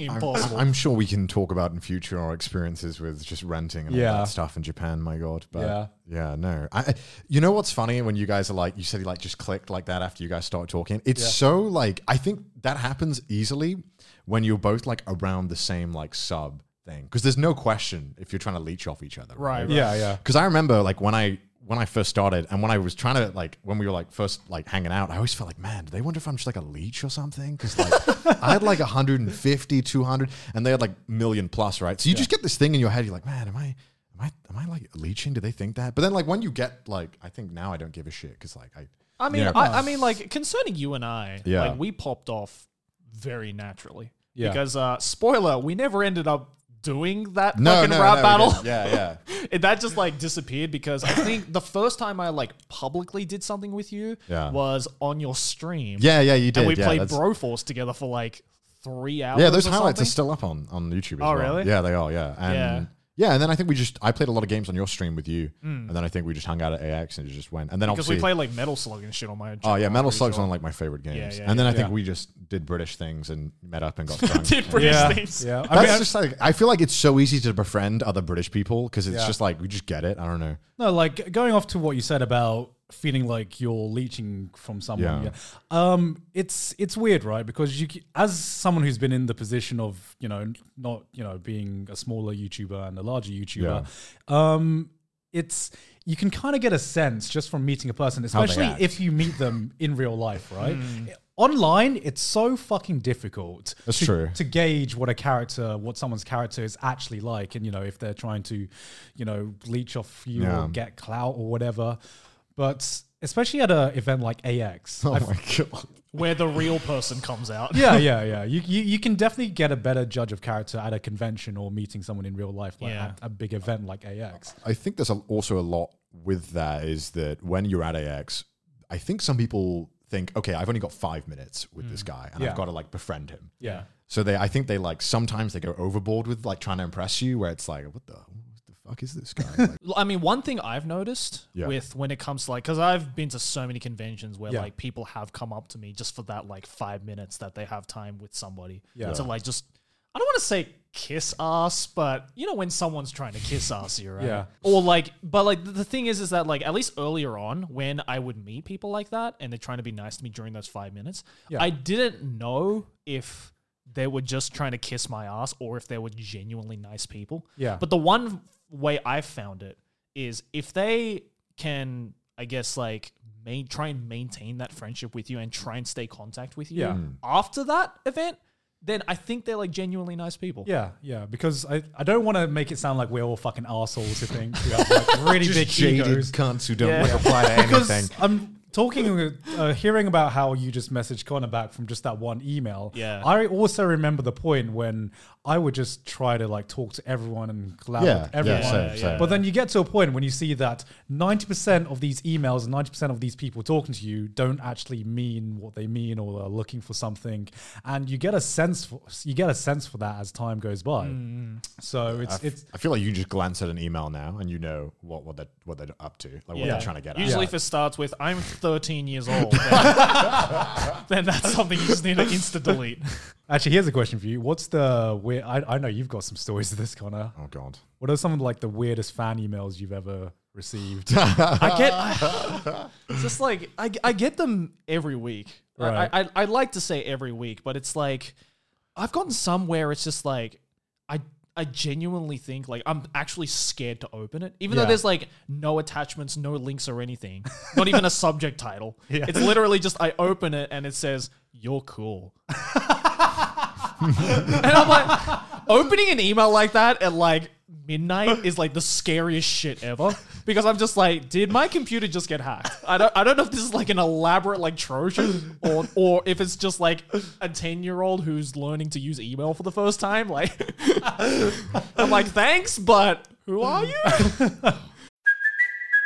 Speaker 3: impossible.
Speaker 1: I'm sure we can talk about in future our experiences with just renting and all
Speaker 4: Yeah.
Speaker 1: that stuff in Japan. My God, but yeah,
Speaker 4: Yeah.
Speaker 1: no. I, I- you know what's funny when you guys are like, you said you like just clicked like that after you guys start talking. It's so like I think that happens easily when you're both like around the same like sub thing because there's no question if you're trying to leech off each other,
Speaker 3: Right, right.
Speaker 4: yeah, yeah.
Speaker 1: because I remember like when I when I first started and when I was trying to like when we were like first like hanging out, I always felt like, man, do they wonder if I'm just like a leech or something? Because like I had like 150, 200, and they had like million plus, right? So you just get this thing in your head, you're like, man, am I am I am I like leeching? Do they think that? But then like when you get like I think now I don't give a shit because like I
Speaker 3: I mean,
Speaker 1: Yeah.
Speaker 3: I, I mean, like concerning you and I,
Speaker 1: Yeah.
Speaker 3: like we popped off very naturally.
Speaker 4: Yeah.
Speaker 3: Because uh, spoiler, we never ended up doing that
Speaker 1: no
Speaker 3: fucking
Speaker 1: no,
Speaker 3: rap
Speaker 1: no,
Speaker 3: battle.
Speaker 1: we didn't. yeah yeah
Speaker 3: It- that just like disappeared because I think the first time I like publicly did something with you
Speaker 1: Yeah.
Speaker 3: was on your stream.
Speaker 1: yeah yeah you did
Speaker 3: and we
Speaker 1: yeah,
Speaker 3: played
Speaker 1: that's-
Speaker 3: Broforce together for like three hours.
Speaker 1: yeah those
Speaker 3: or
Speaker 1: highlights
Speaker 3: something.
Speaker 1: are still up on on YouTube. As well.
Speaker 3: Oh, really?
Speaker 1: Yeah they are yeah and
Speaker 3: Yeah.
Speaker 1: Yeah, Mm. and then I think we just I played a lot of games on your stream with you, and then I think we just hung out at AX and it just went. And then
Speaker 3: because
Speaker 1: obviously,
Speaker 3: we played like Metal Slug and shit on my.
Speaker 1: oh yeah,
Speaker 3: channel,
Speaker 1: Metal
Speaker 3: I'm pretty
Speaker 1: Slug's
Speaker 3: sure.
Speaker 1: one of like my favorite games.
Speaker 3: yeah,
Speaker 1: and then I think
Speaker 4: yeah.
Speaker 1: we just did British things and met up and got drunk.
Speaker 3: Did
Speaker 1: And-
Speaker 3: British
Speaker 4: Yeah,
Speaker 3: things.
Speaker 4: yeah. I
Speaker 1: That's
Speaker 4: mean, I-
Speaker 1: just like I feel like it's so easy to befriend other British people because it's
Speaker 4: Yeah.
Speaker 1: just like we just get it. I don't know.
Speaker 4: No, like going off to what you said about feeling like you're leeching from someone.
Speaker 1: Yeah.
Speaker 4: Yeah. Um, it's it's weird, right? Because you, c- as someone who's been in the position of you know not you know being a smaller YouTuber and a larger YouTuber, um, it's you can kind of get a sense just from meeting a person,
Speaker 1: they
Speaker 4: especially
Speaker 1: act.
Speaker 4: if you meet them in real life, right? Online, it's so fucking difficult
Speaker 1: That's
Speaker 4: to,
Speaker 1: true.
Speaker 4: to gauge what a character, what someone's character is actually like, and you know if they're trying to, you know, leech off you
Speaker 1: Yeah.
Speaker 4: or get clout or whatever. But especially at an event like AX,
Speaker 1: Oh
Speaker 4: I've-
Speaker 1: my god.
Speaker 3: where the real person comes out.
Speaker 4: yeah, yeah, yeah. You, you you can definitely get a better judge of character at a convention or meeting someone in real life, like
Speaker 3: Yeah.
Speaker 4: at a big event like AX.
Speaker 1: I think there's a, also a lot with that is that when you're at AX, I think some people think, okay, I've only got five minutes with this guy, and
Speaker 4: Yeah.
Speaker 1: I've got to like befriend him.
Speaker 4: Yeah.
Speaker 1: So they, I think they like sometimes they go overboard with like trying to impress you, where it's like, what the, what the fuck is this guy? Like,
Speaker 3: L- I mean, one thing I've noticed
Speaker 1: Yeah.
Speaker 3: with when it comes to like, because I've been to so many conventions where
Speaker 4: Yeah.
Speaker 3: like people have come up to me just for that like five minutes that they have time with somebody
Speaker 4: Yeah.
Speaker 3: to like just, I don't want to say kiss ass, but you know when someone's trying to kiss ass you, right?
Speaker 4: Yeah.
Speaker 3: Or like, but like the- the thing is, is that like at least earlier on when I would meet people like that and they're trying to be nice to me during those five minutes,
Speaker 4: Yeah.
Speaker 3: I didn't know if. They were just trying to kiss my ass, or if they were genuinely nice people.
Speaker 4: Yeah.
Speaker 3: But the one way I found it is if they can, I guess, like main, try and maintain that friendship with you and try and stay contact with you
Speaker 4: Yeah.
Speaker 3: after that event, then I think they're like genuinely nice people.
Speaker 4: Yeah, yeah, because I, I don't want to make it sound like we're all fucking assholes who think we have like really big egos.
Speaker 1: cunts who don't
Speaker 3: Yeah.
Speaker 1: like, apply to
Speaker 4: Because
Speaker 1: anything.
Speaker 4: I'm talking, uh, hearing about how you just messaged Connor back from just that one email.
Speaker 3: Yeah.
Speaker 4: I also remember the point when I would just try to like talk to everyone and collab
Speaker 1: Yeah,
Speaker 4: with everyone.
Speaker 1: yeah, same, same.
Speaker 4: But then you get to a point when you see that 90% of these emails and 90% of these people talking to you don't actually mean what they mean or are looking for something. And you get a sense for, you get a sense for that as time goes by. So it's, it's,
Speaker 1: I feel like you just glance at an email now and you know what what they're what they're up to, like what they're trying to get.
Speaker 3: Usually,
Speaker 1: at.
Speaker 3: if it starts with "I'm 13 years old," then, then that's something you just need to insta delete.
Speaker 4: Actually, here's a question for you. What's the weird? I, I know you've got some stories of this, Connor.
Speaker 1: oh god.
Speaker 4: What are some of like the weirdest fan emails you've ever received?
Speaker 1: Oh,
Speaker 3: I get it's just like I, I get them every week. I-
Speaker 4: Right.
Speaker 3: I, I I like to say every week, but it's like I've gotten some where it's just like I I genuinely think like I'm actually scared to open it, even though
Speaker 4: Yeah.
Speaker 3: there's like no attachments, no links or anything, not even a subject title. It's literally just I open it and it says you're cool. and I'm like, opening an email like that at like midnight is like the scariest shit ever because I'm just like, did my computer just get hacked? I don't, I don't know if this is like an elaborate like Trojan or or if it's just like a ten year old who's learning to use email for the first time. Like, I'm like, thanks, but who are you?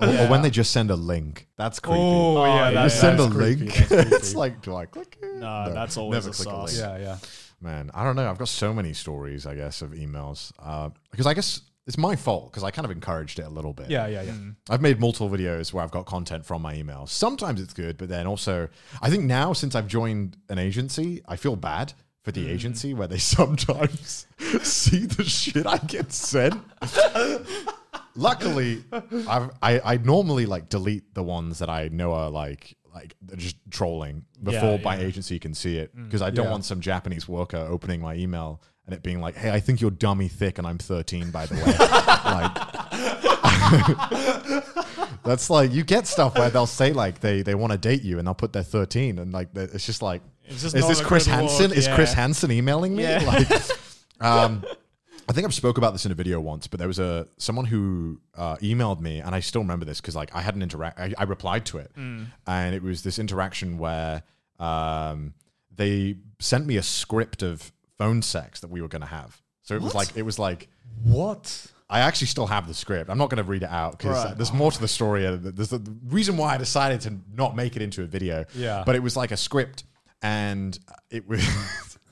Speaker 1: Or, or when they just send a link, that's creepy.
Speaker 4: Oh, yeah,
Speaker 3: You
Speaker 4: that-
Speaker 1: you send a
Speaker 4: that's creepy,
Speaker 1: link.
Speaker 4: that's creepy.
Speaker 1: it's like, do I click it?
Speaker 3: No, that's always a sauce.
Speaker 4: yeah, yeah.
Speaker 1: Man, I don't know. I've got so many stories, I guess, of emails. Uh, because I guess it's my fault because I kind of encouraged it a little bit.
Speaker 4: Yeah, yeah, yeah.
Speaker 3: Hmm.
Speaker 1: I've made multiple videos where I've got content from my email. Sometimes it's good, but then also, I think now since I've joined an agency, I feel bad for the agency where they sometimes see the shit I get sent. Luckily, I've, I I normally like delete the ones that I know are like like they're just trolling before my agency can see it because I don't
Speaker 4: Yeah.
Speaker 1: want some Japanese worker opening my email and it being like, "Hey, I think you're dummy thick, and I'm 13, by the way." like, that's like you get stuff where they'll say like they they want to date you and they'll put their 13 and like they- it's just like
Speaker 3: It's just
Speaker 1: is
Speaker 3: not
Speaker 1: this
Speaker 3: a
Speaker 1: Chris
Speaker 3: good
Speaker 1: Hansen?
Speaker 3: look,
Speaker 1: Is Chris
Speaker 3: yeah.
Speaker 1: Hansen emailing me?
Speaker 3: Yeah.
Speaker 1: Like, um, I think I've spoke about this in a video once, but there was a someone who uh, emailed me, and I still remember this because like I had an interact. I, I replied to it,
Speaker 3: Mm.
Speaker 1: and it was this interaction where um, they sent me a script of phone sex that we were going to have. So it was like it was like
Speaker 4: What?
Speaker 1: I actually still have the script. I'm not going to read it out because there's more to the story. Uh, There's the reason why I decided to not make it into a video.
Speaker 4: Yeah.
Speaker 1: But it was like a script, and it was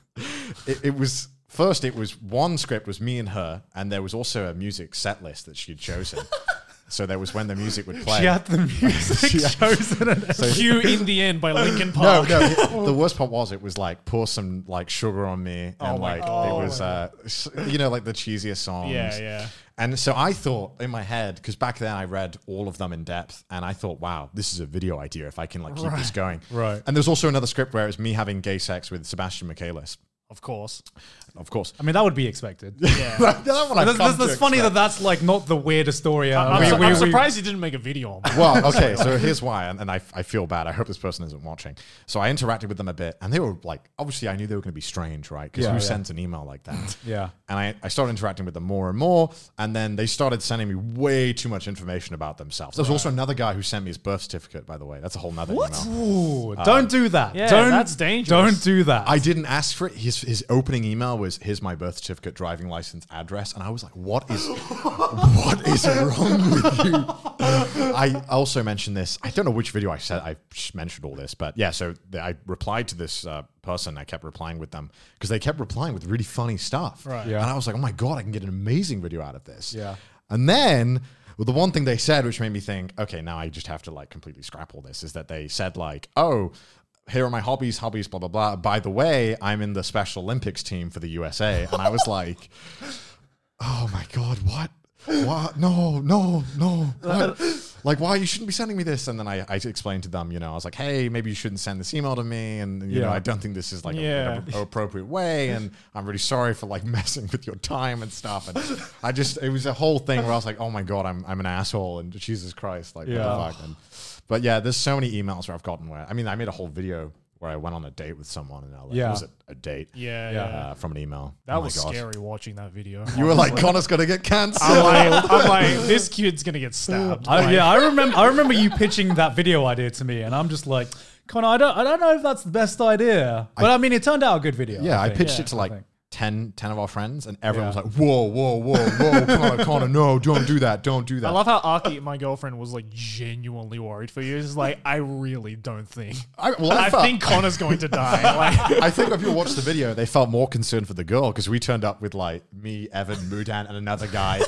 Speaker 1: it, it was first it was one script was me and her, and there was also a music set list that she'd chosen. so there was when the music would play.
Speaker 4: She had the music
Speaker 1: Yeah.
Speaker 4: chosen. And
Speaker 3: you in the end by Linkin
Speaker 1: No,
Speaker 3: Park.
Speaker 1: no. it- the worst part was it was like pour some like sugar on me,
Speaker 4: Oh
Speaker 1: and like it was uh, s- you know like the cheesiest songs.
Speaker 3: Yeah, yeah.
Speaker 1: And so I thought in my head because back then I read all of them in depth, and I thought, wow, this is a video idea if I can like keep this going.
Speaker 4: Right.
Speaker 1: And there's also another script where it was me having gay sex with Sebastian Michaelis,
Speaker 3: Of course.
Speaker 1: of course.
Speaker 4: I mean, that would be expected.
Speaker 1: that one I've
Speaker 4: That's,
Speaker 1: come
Speaker 4: that's,
Speaker 1: to
Speaker 4: that's funny that
Speaker 1: expect.
Speaker 4: that's like not the weirdest story. uh,
Speaker 3: I'm,
Speaker 4: we-
Speaker 3: su-
Speaker 4: we-
Speaker 3: I'm
Speaker 4: we-
Speaker 3: surprised you didn't make a video on that.
Speaker 1: Well, okay, so here's why, and, and I, I feel bad. I hope this person isn't watching. So I interacted with them a bit, and they were like, obviously, I knew they were going to be strange, right? Because
Speaker 4: Yeah,
Speaker 1: who
Speaker 4: yeah.
Speaker 1: sends an email like that?
Speaker 4: Yeah.
Speaker 1: And I, I started interacting with them more and more, and then they started sending me way too much information about themselves. There was also another guy who sent me his birth certificate, by the way. That's a whole nother email.
Speaker 4: Ooh, don't do that.
Speaker 3: yeah,
Speaker 4: don't,
Speaker 3: that's dangerous.
Speaker 4: Don't do that.
Speaker 1: Uh, I didn't ask for it. His, his opening email was, here's my birth certificate, driving license, address. And I was like, what is, what is wrong with you? I also mentioned this. I don't know which video I said I sh- mentioned all this, but yeah. So th- I replied to this uh, person. I kept replying with them because they kept replying with really funny stuff. Right.
Speaker 4: Yeah.
Speaker 1: And I was like, oh my god, I can get an amazing video out of this.
Speaker 4: Yeah.
Speaker 1: And then well, the one thing they said, which made me think, okay, now I just have to like completely scrap all this, is that they said like, oh. Here are my hobbies, hobbies, blah, blah, blah. By the way, I'm in the Special Olympics team for the USA. And I was like, oh my god, what? What? No, no, no. What? like, why you shouldn't be sending me this? And then I, I explained to them, you know, I was like, hey, maybe you shouldn't send this email to me, and you know,
Speaker 4: Yeah.
Speaker 1: I don't think this is like a-
Speaker 3: Yeah.
Speaker 1: a, appropriate way, and I'm really sorry for like messing with your time and stuff. And I just, it was a whole thing where I was like, oh my god, I'm I'm an asshole, and Jesus Christ, like,
Speaker 4: Yeah.
Speaker 1: what the fuck? And, but yeah, there's so many emails where I've gotten where I mean, I made a whole video where I went on a date with someone, and I was like,
Speaker 4: Yeah.
Speaker 1: was it a date?
Speaker 3: Yeah,
Speaker 4: Yeah.
Speaker 1: Uh, from an email.
Speaker 3: That
Speaker 1: Oh my
Speaker 3: was
Speaker 1: God.
Speaker 3: scary watching that video.
Speaker 1: You were like, Connor's gonna get cancer.
Speaker 3: I'm like, I'm like, this kid's gonna get stabbed.
Speaker 4: I,
Speaker 3: Like,
Speaker 4: yeah, I remember. I remember you pitching that video idea to me, and I'm just like, "Come on, I don't, I don't know if that's the best idea." But I, mean, it turned out a good video.
Speaker 1: Yeah, I
Speaker 4: think.
Speaker 1: pitched it to like
Speaker 4: think.
Speaker 1: 10, 10 of our friends, and everyone
Speaker 4: Yeah.
Speaker 1: was like, "Whoa, whoa, whoa, whoa, Connor, Connor, no, don't do that, don't do that."
Speaker 3: I love how Aki, my girlfriend, was like genuinely worried for you. She's like, I really don't think.
Speaker 1: I, well,
Speaker 3: I
Speaker 1: felt-
Speaker 3: think Connor's going to die. Like,
Speaker 1: I think if you watch the video, they felt more concerned for the girl because we turned up with like me, Evan, Mudan, and another guy,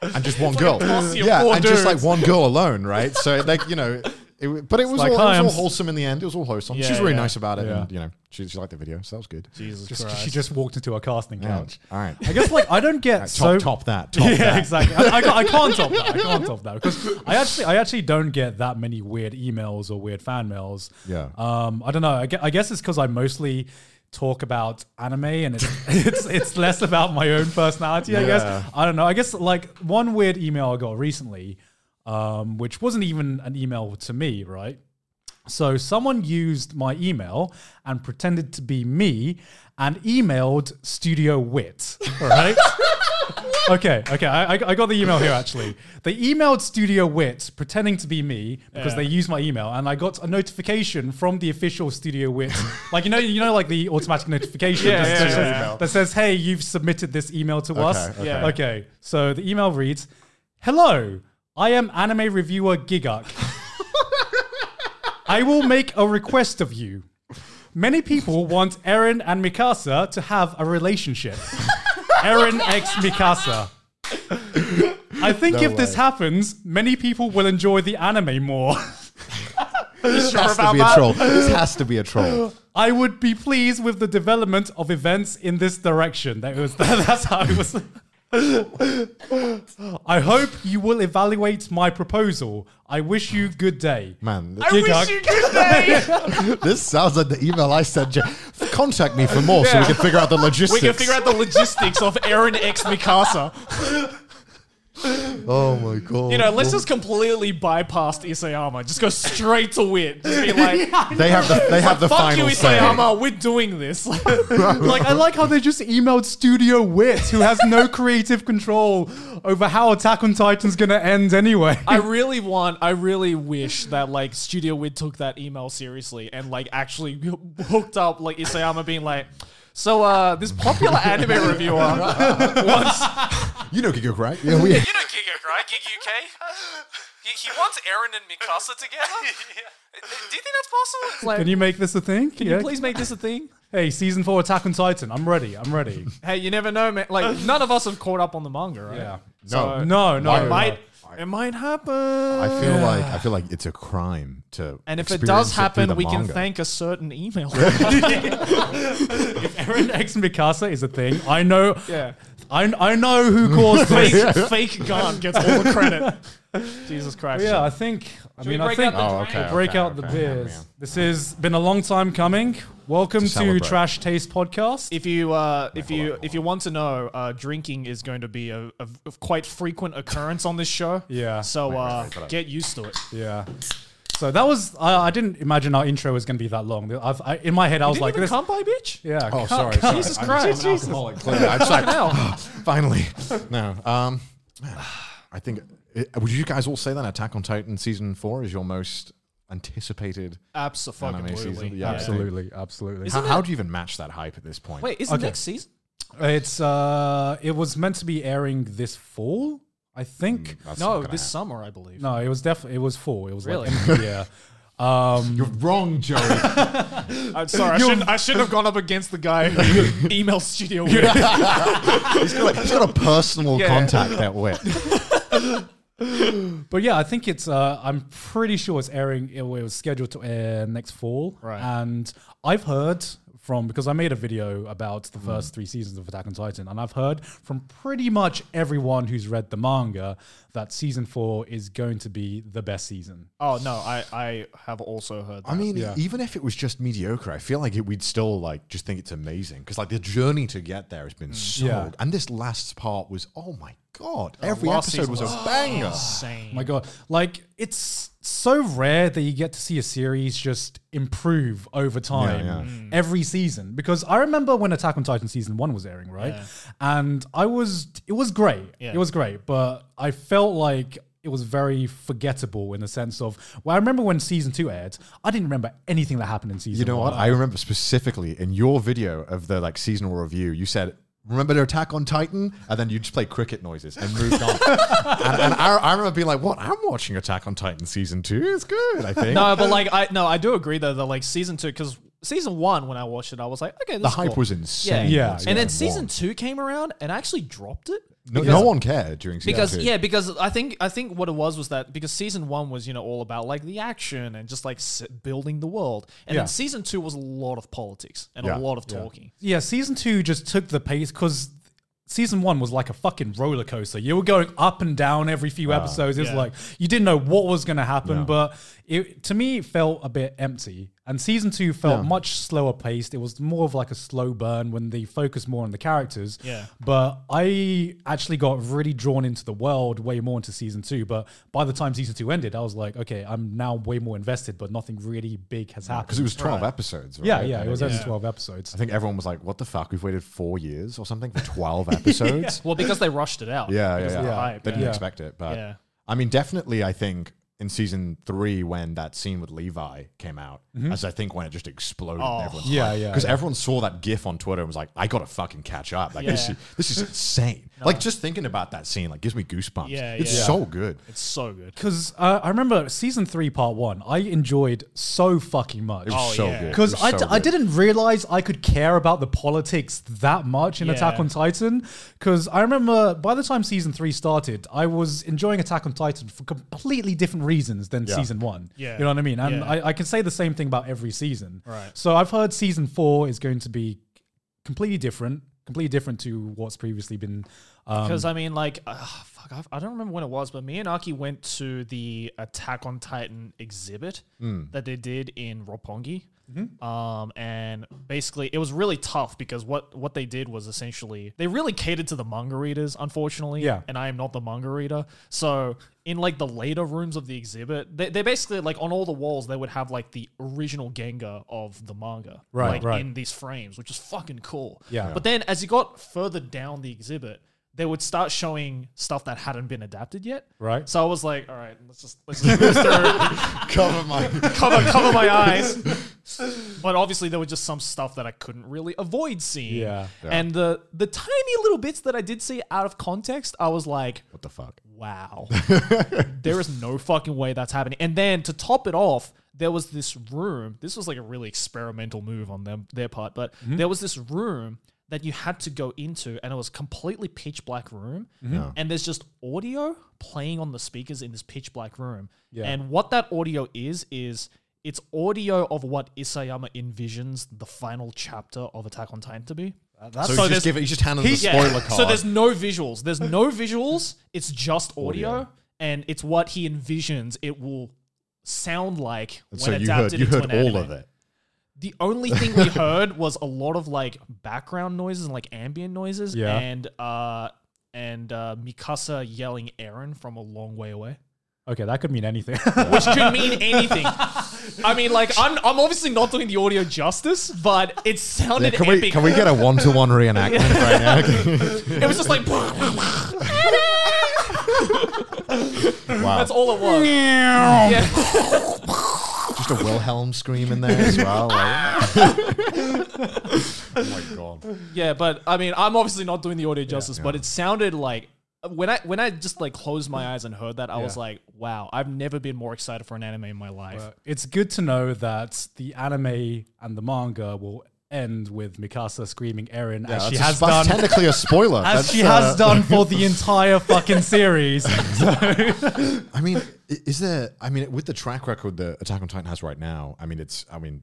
Speaker 1: and just one girl.
Speaker 3: posse of
Speaker 1: yeah,
Speaker 3: four
Speaker 1: and just like
Speaker 3: dudes.
Speaker 1: one girl alone, right? So like you know, it, w- but it was,
Speaker 4: like,
Speaker 1: all,
Speaker 4: "Hi,
Speaker 1: it
Speaker 4: I'm
Speaker 1: was
Speaker 4: s-
Speaker 1: all wholesome in the end. It was all wholesome.
Speaker 3: Yeah,
Speaker 1: she was really
Speaker 3: yeah.
Speaker 1: nice about it,
Speaker 4: Yeah.
Speaker 1: and you know, she, she liked the video, so that was good.
Speaker 3: Jesus
Speaker 4: Just-
Speaker 3: Christ.
Speaker 4: she just walked into a casting
Speaker 1: Yeah.
Speaker 4: couch.
Speaker 1: All right,
Speaker 4: I guess like I don't get
Speaker 1: top,
Speaker 4: so
Speaker 1: top that, top
Speaker 4: yeah,
Speaker 1: that.
Speaker 4: exactly. I, I, can't- I can't top that. I can't top that because I actually, I actually don't get that many weird emails or weird fan mails.
Speaker 1: Yeah.
Speaker 4: Um, I don't know. I guess, I guess it's because I mostly talk about anime and it's it's it's less about my own personality. I
Speaker 1: Yeah.
Speaker 4: guess I don't know. I guess like one weird email I got recently, um, which wasn't even an email to me, right? So someone used my email and pretended to be me and emailed Studio Wit, all right? okay, okay. I, I I got the email here actually. They emailed Studio Wit pretending to be me because they used my email, and I got a notification from the official Studio Wit, like you know, you know, like the automatic notification
Speaker 3: Yeah,
Speaker 4: that,
Speaker 3: yeah,
Speaker 4: says,
Speaker 3: yeah, yeah.
Speaker 4: that says, "Hey, you've submitted this email to us."
Speaker 1: okay.
Speaker 3: Yeah.
Speaker 4: Okay. So the email reads, "Hello, I am anime reviewer Gigak. I will make a request of you." Many people want Eren and Mikasa to have a relationship. Eren X Mikasa. I think if this happens, many people will enjoy the anime more.
Speaker 1: This has to be a troll. This has to be a troll.
Speaker 4: I would be pleased with the development of events in this direction. That was that's how it was. I hope you will evaluate my proposal. I wish you good day.
Speaker 1: Man,
Speaker 2: I wish
Speaker 4: Gigak.
Speaker 2: you good day.
Speaker 1: This sounds like the email I sent you. Contact me for more so we
Speaker 3: Yeah.
Speaker 1: can figure out the logistics.
Speaker 3: we can figure out the logistics of Aaron X Mikasa.
Speaker 1: Oh my god!
Speaker 3: You know, let's just completely bypass Isayama. Just go straight to Wit. Just be like,
Speaker 1: they have the they have the
Speaker 3: fuck
Speaker 1: final
Speaker 3: you,
Speaker 1: say.
Speaker 3: Isayama. We're doing this.
Speaker 4: Like I like how they just emailed Studio Wit, who has no creative control over how Attack on Titan's gonna end anyway.
Speaker 3: I really want, I really wish that like Studio Wid took that email seriously and like actually hooked up like Isayama being like, so uh this popular anime reviewer wants
Speaker 1: You know Gigok, right? Yeah, we.
Speaker 5: You know Gigok, right? Gig UK? He, he wants Aaron and Mikasa together? Do you think that's possible?
Speaker 3: like,
Speaker 4: Can you make this a thing? Can
Speaker 3: please make this a thing?
Speaker 4: Hey, season four Attack on Titan. I'm ready. I'm ready.
Speaker 3: Hey, you never know, man. Like none of us have caught up on the manga, right?
Speaker 4: Yeah.
Speaker 1: No,
Speaker 4: No, no.
Speaker 3: It Uh, might it might happen.
Speaker 1: I feel like I feel like it's a crime to.
Speaker 3: and if it
Speaker 1: experience
Speaker 3: does
Speaker 1: through
Speaker 3: happen,
Speaker 1: the
Speaker 3: we can
Speaker 1: manga.
Speaker 3: thank a certain email.
Speaker 4: Aaron X Mikasa is a thing. I know.
Speaker 3: yeah.
Speaker 4: I, I know who caused this.
Speaker 3: Fake, fake gun gets all the credit. Jesus Christ.
Speaker 4: Yeah, I think. I mean, I
Speaker 3: break
Speaker 4: think.
Speaker 1: Oh, okay. okay,
Speaker 4: break out the
Speaker 1: okay, yeah,
Speaker 4: beers. This has been a long time coming. Welcome
Speaker 1: To
Speaker 4: to,
Speaker 1: celebrate.
Speaker 4: Trash Taste Podcast.
Speaker 3: if you uh, if you if you want to know, uh, drinking is going to be a, a, a quite frequent occurrence on this show.
Speaker 4: Yeah.
Speaker 3: So uh, get used to it.
Speaker 4: yeah. So that was. I, I didn't imagine our intro was going to be that long. I've, I, in my head, I was
Speaker 3: Didn't
Speaker 4: like,
Speaker 3: even
Speaker 4: this.
Speaker 3: come by, bitch.
Speaker 4: yeah.
Speaker 1: Oh,
Speaker 4: cut-
Speaker 1: sorry. sorry.
Speaker 3: Jesus
Speaker 1: I'm
Speaker 3: Christ.
Speaker 1: just an alcoholic, clearly. I'm just like,
Speaker 3: Hell.
Speaker 1: finally. No. Um, man, I think. It, would you guys all say that Attack on Titan season four is your most anticipated? Anime
Speaker 3: Absolutely.
Speaker 1: season, yeah.
Speaker 4: Absolutely. Absolutely.
Speaker 1: How, how do you even match that hype at this point?
Speaker 3: Wait, is
Speaker 4: Okay.
Speaker 3: it next season?
Speaker 4: It's. uh It was meant to be airing this fall, I think.
Speaker 1: Mm, That's not
Speaker 3: No,
Speaker 1: gonna
Speaker 3: Oh, this
Speaker 1: happen.
Speaker 3: summer, I believe.
Speaker 4: No, it was definitely. It was fall. It was
Speaker 3: Really?
Speaker 4: like. Yeah. Um,
Speaker 1: You're wrong, Joey.
Speaker 3: I'm Uh, sorry. I shouldn't, I shouldn't have gone up against the guy who emailed Studio Weird.
Speaker 1: he's, got a, he's got a personal
Speaker 3: Yeah.
Speaker 1: contact that way.
Speaker 4: But yeah, I think it's. Uh, I'm pretty sure it's airing. It was scheduled to air next fall,
Speaker 3: Right.
Speaker 4: And I've heard from because I made a video about the first three seasons of Attack on Titan, and I've heard from pretty much everyone who's read the manga that season four is going to be the best season.
Speaker 3: Oh no, I I have also heard. That.
Speaker 1: I mean, even if it was just mediocre, I feel like it, we'd still like just think it's amazing because like the journey to get there has been so.
Speaker 4: Yeah.
Speaker 1: And this last part was oh my god! Every
Speaker 3: last
Speaker 1: episode
Speaker 3: season
Speaker 1: was,
Speaker 3: was
Speaker 1: a banger.
Speaker 3: insane.
Speaker 4: My God, like it's so rare that you get to see a series just improve over time
Speaker 1: yeah.
Speaker 4: every season. Because I remember when Attack on Titan season one was airing, right? And I was, it was great.
Speaker 3: Yeah.
Speaker 4: It was great, but I felt like it was very forgettable in the sense of, well, I remember when season two aired, I didn't remember anything that happened in season
Speaker 1: You know what?
Speaker 4: one.
Speaker 1: I remember specifically in your video of the like seasonal review, you said, Remember the attack on Titan? And then you just play cricket noises and moved on. and and I, I remember being like, What? I'm watching Attack on Titan season two. It's good, I think.
Speaker 3: No, but like I no, I do agree though that like season two because season one when I watched it, I was like, okay, this
Speaker 1: the
Speaker 3: is
Speaker 1: hype
Speaker 3: cool.
Speaker 1: was insane.
Speaker 4: Yeah.
Speaker 1: It's
Speaker 4: Yeah.
Speaker 3: and then
Speaker 1: gonna
Speaker 3: season
Speaker 1: warm.
Speaker 3: two came around and I actually dropped it.
Speaker 1: No, no one cared during season
Speaker 3: because
Speaker 1: two.
Speaker 3: yeah, because I think I think what it was was that because season one was you know all about like the action and just like s- building the world, and
Speaker 4: Yeah.
Speaker 3: then season two was a lot of politics and
Speaker 1: Yeah.
Speaker 3: a lot of talking.
Speaker 4: Yeah, season two just took the pace because season one was like a fucking roller coaster. You were going up and down every few episodes. It was
Speaker 3: yeah.
Speaker 4: like you didn't know what was going to happen, but it to me it felt a bit empty. And season two felt much slower paced. It was more of like a slow burn when they focused more on the characters.
Speaker 3: Yeah.
Speaker 4: But I actually got really drawn into the world way more into season two. But by the time season two ended, I was like, okay, I'm now way more invested, but nothing really big has happened.
Speaker 1: Because it was 12 episodes. Right?
Speaker 4: yeah, yeah, it was
Speaker 1: And
Speaker 4: only twelve episodes.
Speaker 1: I think everyone was like, What the fuck? We've waited four years or something for 12 episodes.
Speaker 3: Well, because they rushed it out.
Speaker 1: Yeah, yeah,
Speaker 3: Because
Speaker 1: yeah.
Speaker 3: of the
Speaker 4: Yeah.
Speaker 3: hype,
Speaker 1: They didn't
Speaker 4: yeah.
Speaker 1: expect it, but
Speaker 3: Yeah.
Speaker 1: I mean, definitely, I think in season three when that scene with Levi came out,
Speaker 3: Mm-hmm.
Speaker 1: as I think when it just exploded.
Speaker 3: Oh.
Speaker 1: in everyone's
Speaker 4: Yeah, yeah,
Speaker 1: Because
Speaker 4: yeah.
Speaker 1: everyone saw that GIF on Twitter and was like, "I gotta fucking catch up." Like this,
Speaker 3: Yeah.
Speaker 1: is, this is insane. Like just thinking about that scene, like gives me goosebumps.
Speaker 3: Yeah,
Speaker 1: it's
Speaker 3: yeah.
Speaker 1: so good.
Speaker 3: It's so good.
Speaker 4: Because uh, I remember season three, part one, I enjoyed so fucking much.
Speaker 1: It was so
Speaker 3: oh, yeah.
Speaker 1: good. It
Speaker 4: Because
Speaker 1: was
Speaker 4: I,
Speaker 1: so
Speaker 4: d- I
Speaker 1: good.
Speaker 4: didn't realize I could care about the politics that much in Attack
Speaker 3: Yeah.
Speaker 4: on Titan. Because I remember by the time season three started, I was enjoying Attack on Titan for completely different reasons than season one.
Speaker 3: Yeah.
Speaker 4: You know what I mean? And
Speaker 3: Yeah.
Speaker 4: I, I can say the same thing about every season.
Speaker 3: Right.
Speaker 4: So I've heard season four is going to be completely different, completely different to what's previously been. Um,
Speaker 3: Because I mean, like, uh, fuck, I've, I don't remember when it was, but me and Aki went to the Attack on Titan exhibit
Speaker 4: Hmm.
Speaker 3: that they did in Roppongi,
Speaker 4: Mm-hmm.
Speaker 3: um, and basically it was really tough because what what they did was essentially they really catered to the manga readers, unfortunately.
Speaker 4: Yeah.
Speaker 3: and I am not the manga reader, so in like the later rooms of the exhibit, they they basically like on all the walls they would have like the original Gengar of the manga,
Speaker 4: Right,
Speaker 3: like,
Speaker 4: right.
Speaker 3: In these frames, which is fucking cool.
Speaker 4: Yeah.
Speaker 3: But then as you got further down the exhibit, they would start showing stuff that hadn't been adapted yet.
Speaker 4: Right.
Speaker 3: So I was like, all right, let's just let's just move through,
Speaker 1: cover my.
Speaker 3: cover cover my eyes. But obviously there were just some stuff that I couldn't really avoid seeing.
Speaker 4: Yeah.
Speaker 3: And the the tiny little bits that I did see out of context, I was like,
Speaker 1: what the fuck?
Speaker 3: wow. there is no fucking way that's happening. And then to top it off, there was this room. This was like a really experimental move on them their part, but
Speaker 1: Mm-hmm.
Speaker 3: there was this room that you had to go into and it was completely pitch black room
Speaker 1: Mm-hmm.
Speaker 3: and there's just audio playing on the speakers in this pitch black room. And what that audio is is it's audio of what Isayama envisions the final chapter of Attack on Titan to be.
Speaker 1: So,
Speaker 3: so
Speaker 1: he's
Speaker 3: there's-
Speaker 1: just giving, he's just handing the
Speaker 3: He-
Speaker 1: spoiler
Speaker 3: yeah.
Speaker 1: card.
Speaker 3: So there's no visuals. There's no visuals. It's just audio, and it's what he envisions it will sound like
Speaker 1: And
Speaker 3: when
Speaker 1: so you heard
Speaker 3: adapted
Speaker 1: you
Speaker 3: into
Speaker 1: heard
Speaker 3: an
Speaker 1: all
Speaker 3: anime.
Speaker 1: of it.
Speaker 3: The only thing we heard was a lot of like background noises and like ambient noises,
Speaker 4: Yeah.
Speaker 3: and uh, and uh, Mikasa yelling Aaron from a long way away.
Speaker 4: uh, okay, that could mean anything.
Speaker 3: Which could mean anything. I mean, like, I'm, I'm obviously not doing the audio justice, but
Speaker 1: Yeah,
Speaker 3: it sounded
Speaker 1: can we
Speaker 3: epic.
Speaker 1: can we get a one to one reenactment right now?
Speaker 3: it was just like,
Speaker 1: wow,
Speaker 3: that's all it was. yeah.
Speaker 1: just a Wilhelm scream in there as well. like- oh my god.
Speaker 3: Yeah, but I mean, I'm obviously not doing the audio justice, but it sounded like when I when I just like closed my eyes and heard that, I was
Speaker 4: Yeah.
Speaker 3: like, wow, I've never been more excited for an anime in my life.
Speaker 4: But Uh, it's good to know that the anime and the manga will end with Mikasa screaming Eren as she
Speaker 1: That's a-
Speaker 4: has
Speaker 1: that's
Speaker 4: done
Speaker 1: technically a spoiler.
Speaker 4: as
Speaker 1: That's,
Speaker 4: she
Speaker 1: uh,
Speaker 4: has done for the entire fucking series.
Speaker 1: I mean, i- is there? I mean, with the track record that Attack on Titan has right now, I mean, it's. I mean,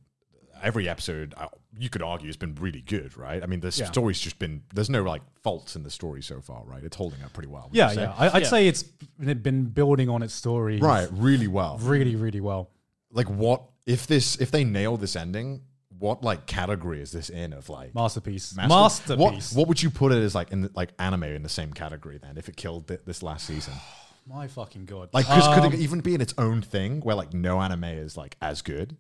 Speaker 1: I every episode, uh, you could argue, has been really good, right? I mean, the story's just been there's no like faults in the story so far, right? It's holding up pretty well. would you
Speaker 4: Yeah,
Speaker 1: say?
Speaker 4: yeah. I, I'd say it's been building on its story
Speaker 1: right, really well.
Speaker 4: really, really well.
Speaker 1: Like, what if this if they nail this ending? What like category is this in of like
Speaker 4: Masterpiece.
Speaker 1: master-
Speaker 4: Masterpiece.
Speaker 1: What, what would you put it as like in the, like anime in the same category then if it killed thi- this last season?
Speaker 4: My fucking god. Uh,
Speaker 1: Like, 'cause could
Speaker 4: Um,
Speaker 1: it even be in its own thing where like no anime is like as good?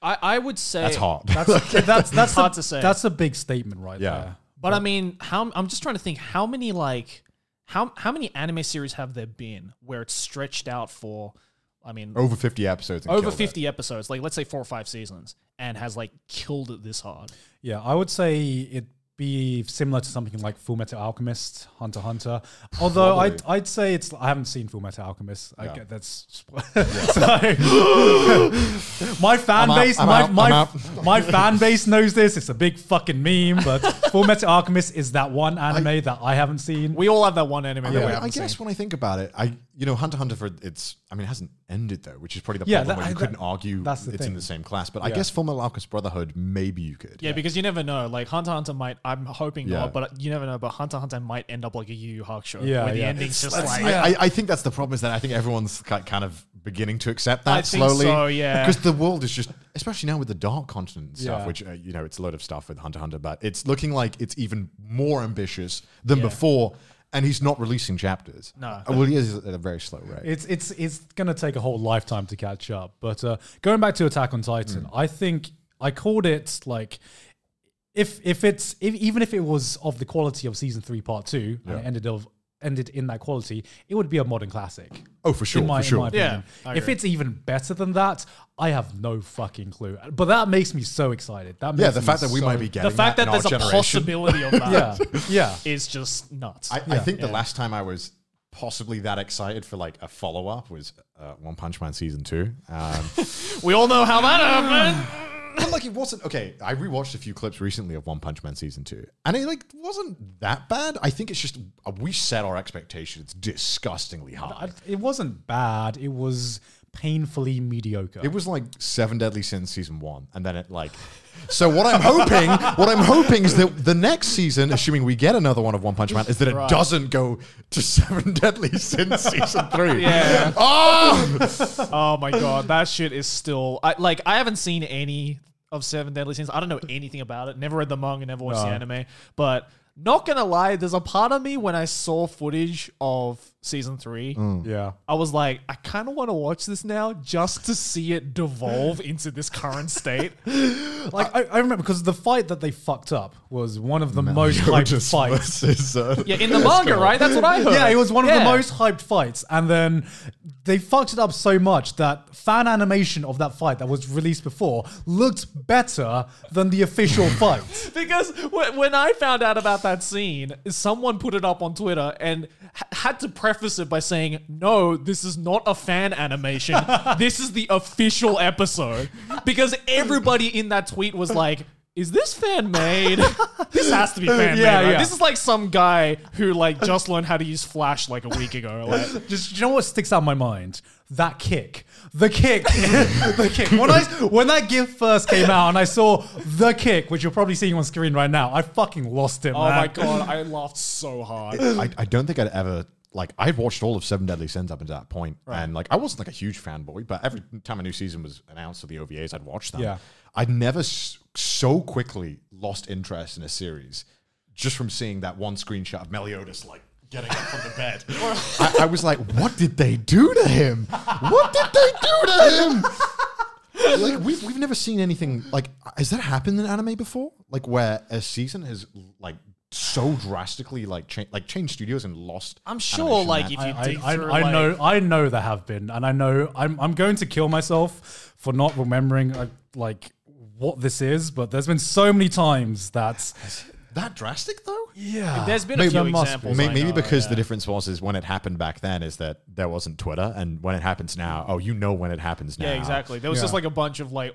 Speaker 3: I, I would say
Speaker 1: That's hard.
Speaker 4: Eh, that's that's
Speaker 3: hard
Speaker 4: a,
Speaker 3: to say.
Speaker 4: That's a big statement, right
Speaker 1: Yeah.
Speaker 4: there.
Speaker 3: But I mean, how I'm just trying to think how many like how how many anime series have there been where it's stretched out for I mean
Speaker 1: over fifty episodes. And
Speaker 3: over
Speaker 1: Oh, killed it.
Speaker 3: 50 episodes, like let's say 4 or 5 seasons and has like killed it this hard.
Speaker 4: Yeah, I would say it'd be similar to something like Full Metal Alchemist, Hunter x Hunter. Although I'd, I'd say it's I haven't seen Full Metal Alchemist. I get that's so- my
Speaker 1: I'm
Speaker 4: fan
Speaker 1: out,
Speaker 4: base
Speaker 1: I'm
Speaker 4: my
Speaker 1: out, I'm
Speaker 4: my,
Speaker 1: out.
Speaker 4: my fan base knows this. It's a big fucking meme, but Full Metal Alchemist is that one anime that I haven't seen.
Speaker 3: We all have that one anime that
Speaker 1: Yeah,
Speaker 3: we
Speaker 1: I
Speaker 3: haven't
Speaker 1: guess
Speaker 3: seen.
Speaker 1: when I think about it, I you know Hunter x Hunter for it's I mean it hasn't ended though, which is probably the
Speaker 4: Yeah,
Speaker 1: problem
Speaker 4: that-
Speaker 1: where you
Speaker 4: I-
Speaker 1: couldn't
Speaker 4: that-
Speaker 1: argue
Speaker 4: that's the
Speaker 1: it's in
Speaker 4: thing.
Speaker 1: the same class. But I guess Full Metal Alchemist Brotherhood, maybe you could.
Speaker 3: Yeah, because you never know. Like Hunter x Hunter might. I'm hoping
Speaker 1: Yeah.
Speaker 3: not, but you never know. But Hunter x Hunter might end up like a Yu Yu Hakusho,
Speaker 4: Yeah,
Speaker 3: where the
Speaker 4: yeah.
Speaker 3: ending's just like.
Speaker 1: I, I, I think that's the problem is that I think everyone's ki- kind of beginning to accept that
Speaker 3: I think
Speaker 1: slowly.
Speaker 3: so, yeah.
Speaker 1: Because the world is just, especially now with the Dark Continent and stuff,
Speaker 4: Yeah.
Speaker 1: which, uh, you know, it's a load of stuff with Hunter x Hunter, but it's looking like it's even more ambitious than
Speaker 3: Yeah.
Speaker 1: before. And he's not releasing chapters. Uh,
Speaker 3: No.
Speaker 1: Well, he is at a very slow rate.
Speaker 4: It's it's it's gonna take a whole lifetime to catch up. But uh, going back to Attack on Titan,
Speaker 1: Mm.
Speaker 4: I think I called it like if if it's if, even if it was of the quality of season three part two and it ended of ended in that quality, it would be a modern classic.
Speaker 1: oh, for sure.
Speaker 4: in my,
Speaker 1: for sure.
Speaker 4: in my opinion.
Speaker 3: Yeah, I
Speaker 4: if
Speaker 3: agree.
Speaker 4: it's even better than that, I have no fucking clue. But that makes me so excited. That makes
Speaker 1: yeah, the
Speaker 4: me
Speaker 1: fact that we
Speaker 4: so-
Speaker 1: might be getting
Speaker 3: the fact that
Speaker 1: in
Speaker 3: there's
Speaker 1: our
Speaker 3: a
Speaker 1: generation.
Speaker 3: possibility of that
Speaker 4: yeah
Speaker 3: is
Speaker 4: yeah
Speaker 3: just nuts.
Speaker 1: I, I think the last time I was possibly that excited for like a follow up was uh, One Punch Man season two. Um,
Speaker 3: we all know how that happened.
Speaker 1: but like it wasn't okay. I rewatched a few clips recently of One Punch Man season two, and it like wasn't that bad. I think it's just uh, we set our expectations disgustingly high.
Speaker 4: I- it wasn't bad. It was painfully mediocre.
Speaker 1: It was like Seven Deadly Sins season one, and then it like. So what I'm hoping, what I'm hoping is that the next season, assuming we get another one of One Punch Man, is that it doesn't go to Seven Deadly Sins season three.
Speaker 3: Yeah.
Speaker 1: Oh,
Speaker 3: oh my god, that shit is still. I, like I haven't seen any of Seven Deadly Sins. I don't know anything about it. Never read the manga. Never watched the anime. But not gonna lie, there's a part of me when I saw footage of season three.
Speaker 4: yeah.
Speaker 3: I was like, I kind of want to watch this now just to see it devolve into this current state.
Speaker 4: Like I, I remember because the fight that they fucked up was one of the most hyped
Speaker 1: Just
Speaker 4: fights.
Speaker 1: versus, uh,
Speaker 3: Yeah, in the manga, right? That's what I heard.
Speaker 4: Yeah, it was one of
Speaker 3: Yeah.
Speaker 4: the most hyped fights, and then they fucked it up so much that fan animation of that fight that was released before looked better than the official fight.
Speaker 3: Because wh- when I found out about that scene, someone put it up on Twitter and h- had to preface it by saying, "No, this is not a fan animation. this is the official episode." Because everybody in that tweet was like, "Is this fan made? this has to be fan made.
Speaker 4: Yeah,
Speaker 3: right?
Speaker 4: yeah.
Speaker 3: This is like some guy who like just learned how to use Flash like a week ago. Like,
Speaker 4: Just you know what sticks out in my mind? That kick. The kick, the kick. When I when that gif first came out and I saw the kick, which you're probably seeing on screen right now, I fucking lost it.
Speaker 3: oh
Speaker 4: man.
Speaker 3: my god, I laughed so hard."
Speaker 1: I, I don't think I'd ever like I'd watched all of Seven Deadly Sins up until that point, and like I wasn't like a huge fanboy, but every time a new season was announced or the OVAs, I'd watch them.
Speaker 4: Yeah.
Speaker 1: I'd never s- so quickly lost interest in a series just from seeing that one screenshot of Meliodas like getting up from the bed. I, I was like, what did they do to him? What did they do to him? like we've we've never seen anything like has that happened in anime before? Like where a season has like so drastically like cha- like changed studios and lost.
Speaker 3: I'm sure,
Speaker 1: animation
Speaker 3: like if
Speaker 1: that-
Speaker 3: you
Speaker 4: I,
Speaker 3: dig
Speaker 4: I,
Speaker 3: through,
Speaker 4: I
Speaker 3: like-
Speaker 4: know I know there have been, and I know I'm I'm going to kill myself for not remembering uh, like what this is. But there's been so many times that
Speaker 1: that drastic though.
Speaker 3: Yeah. There's been a
Speaker 1: Maybe-
Speaker 3: few
Speaker 1: There
Speaker 4: must
Speaker 3: examples.
Speaker 1: May-
Speaker 3: I
Speaker 1: maybe
Speaker 3: know,
Speaker 1: because
Speaker 3: yeah.
Speaker 1: the difference was is when it happened back then is that there wasn't Twitter, and when it happens now, oh, you know when it happens now.
Speaker 3: Yeah, exactly. There was just like a bunch of like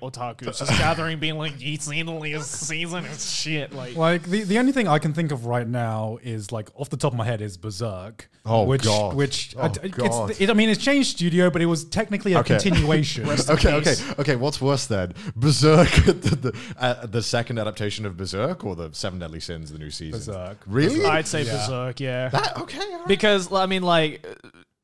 Speaker 3: otakus just gathering, being like, "You seen the latest season? It's shit." Like,
Speaker 4: Like the, the only thing I can think of right now is like off the top of my head is Berserk.
Speaker 1: Oh,
Speaker 4: which,
Speaker 1: God.
Speaker 4: Which
Speaker 1: Oh,
Speaker 4: I, it's-
Speaker 1: God.
Speaker 4: It, I mean, it's changed studio, but it was technically a
Speaker 1: Okay.
Speaker 4: continuation.
Speaker 1: Okay, okay, okay. What's worse then, Berserk, the, the, uh, the second adaptation of Berserk, or the Seven Deadly Sins, the new season?
Speaker 4: Berserk.
Speaker 1: Really?
Speaker 3: I'd say Berserk, yeah.
Speaker 1: That- okay. all right.
Speaker 3: because I mean, like,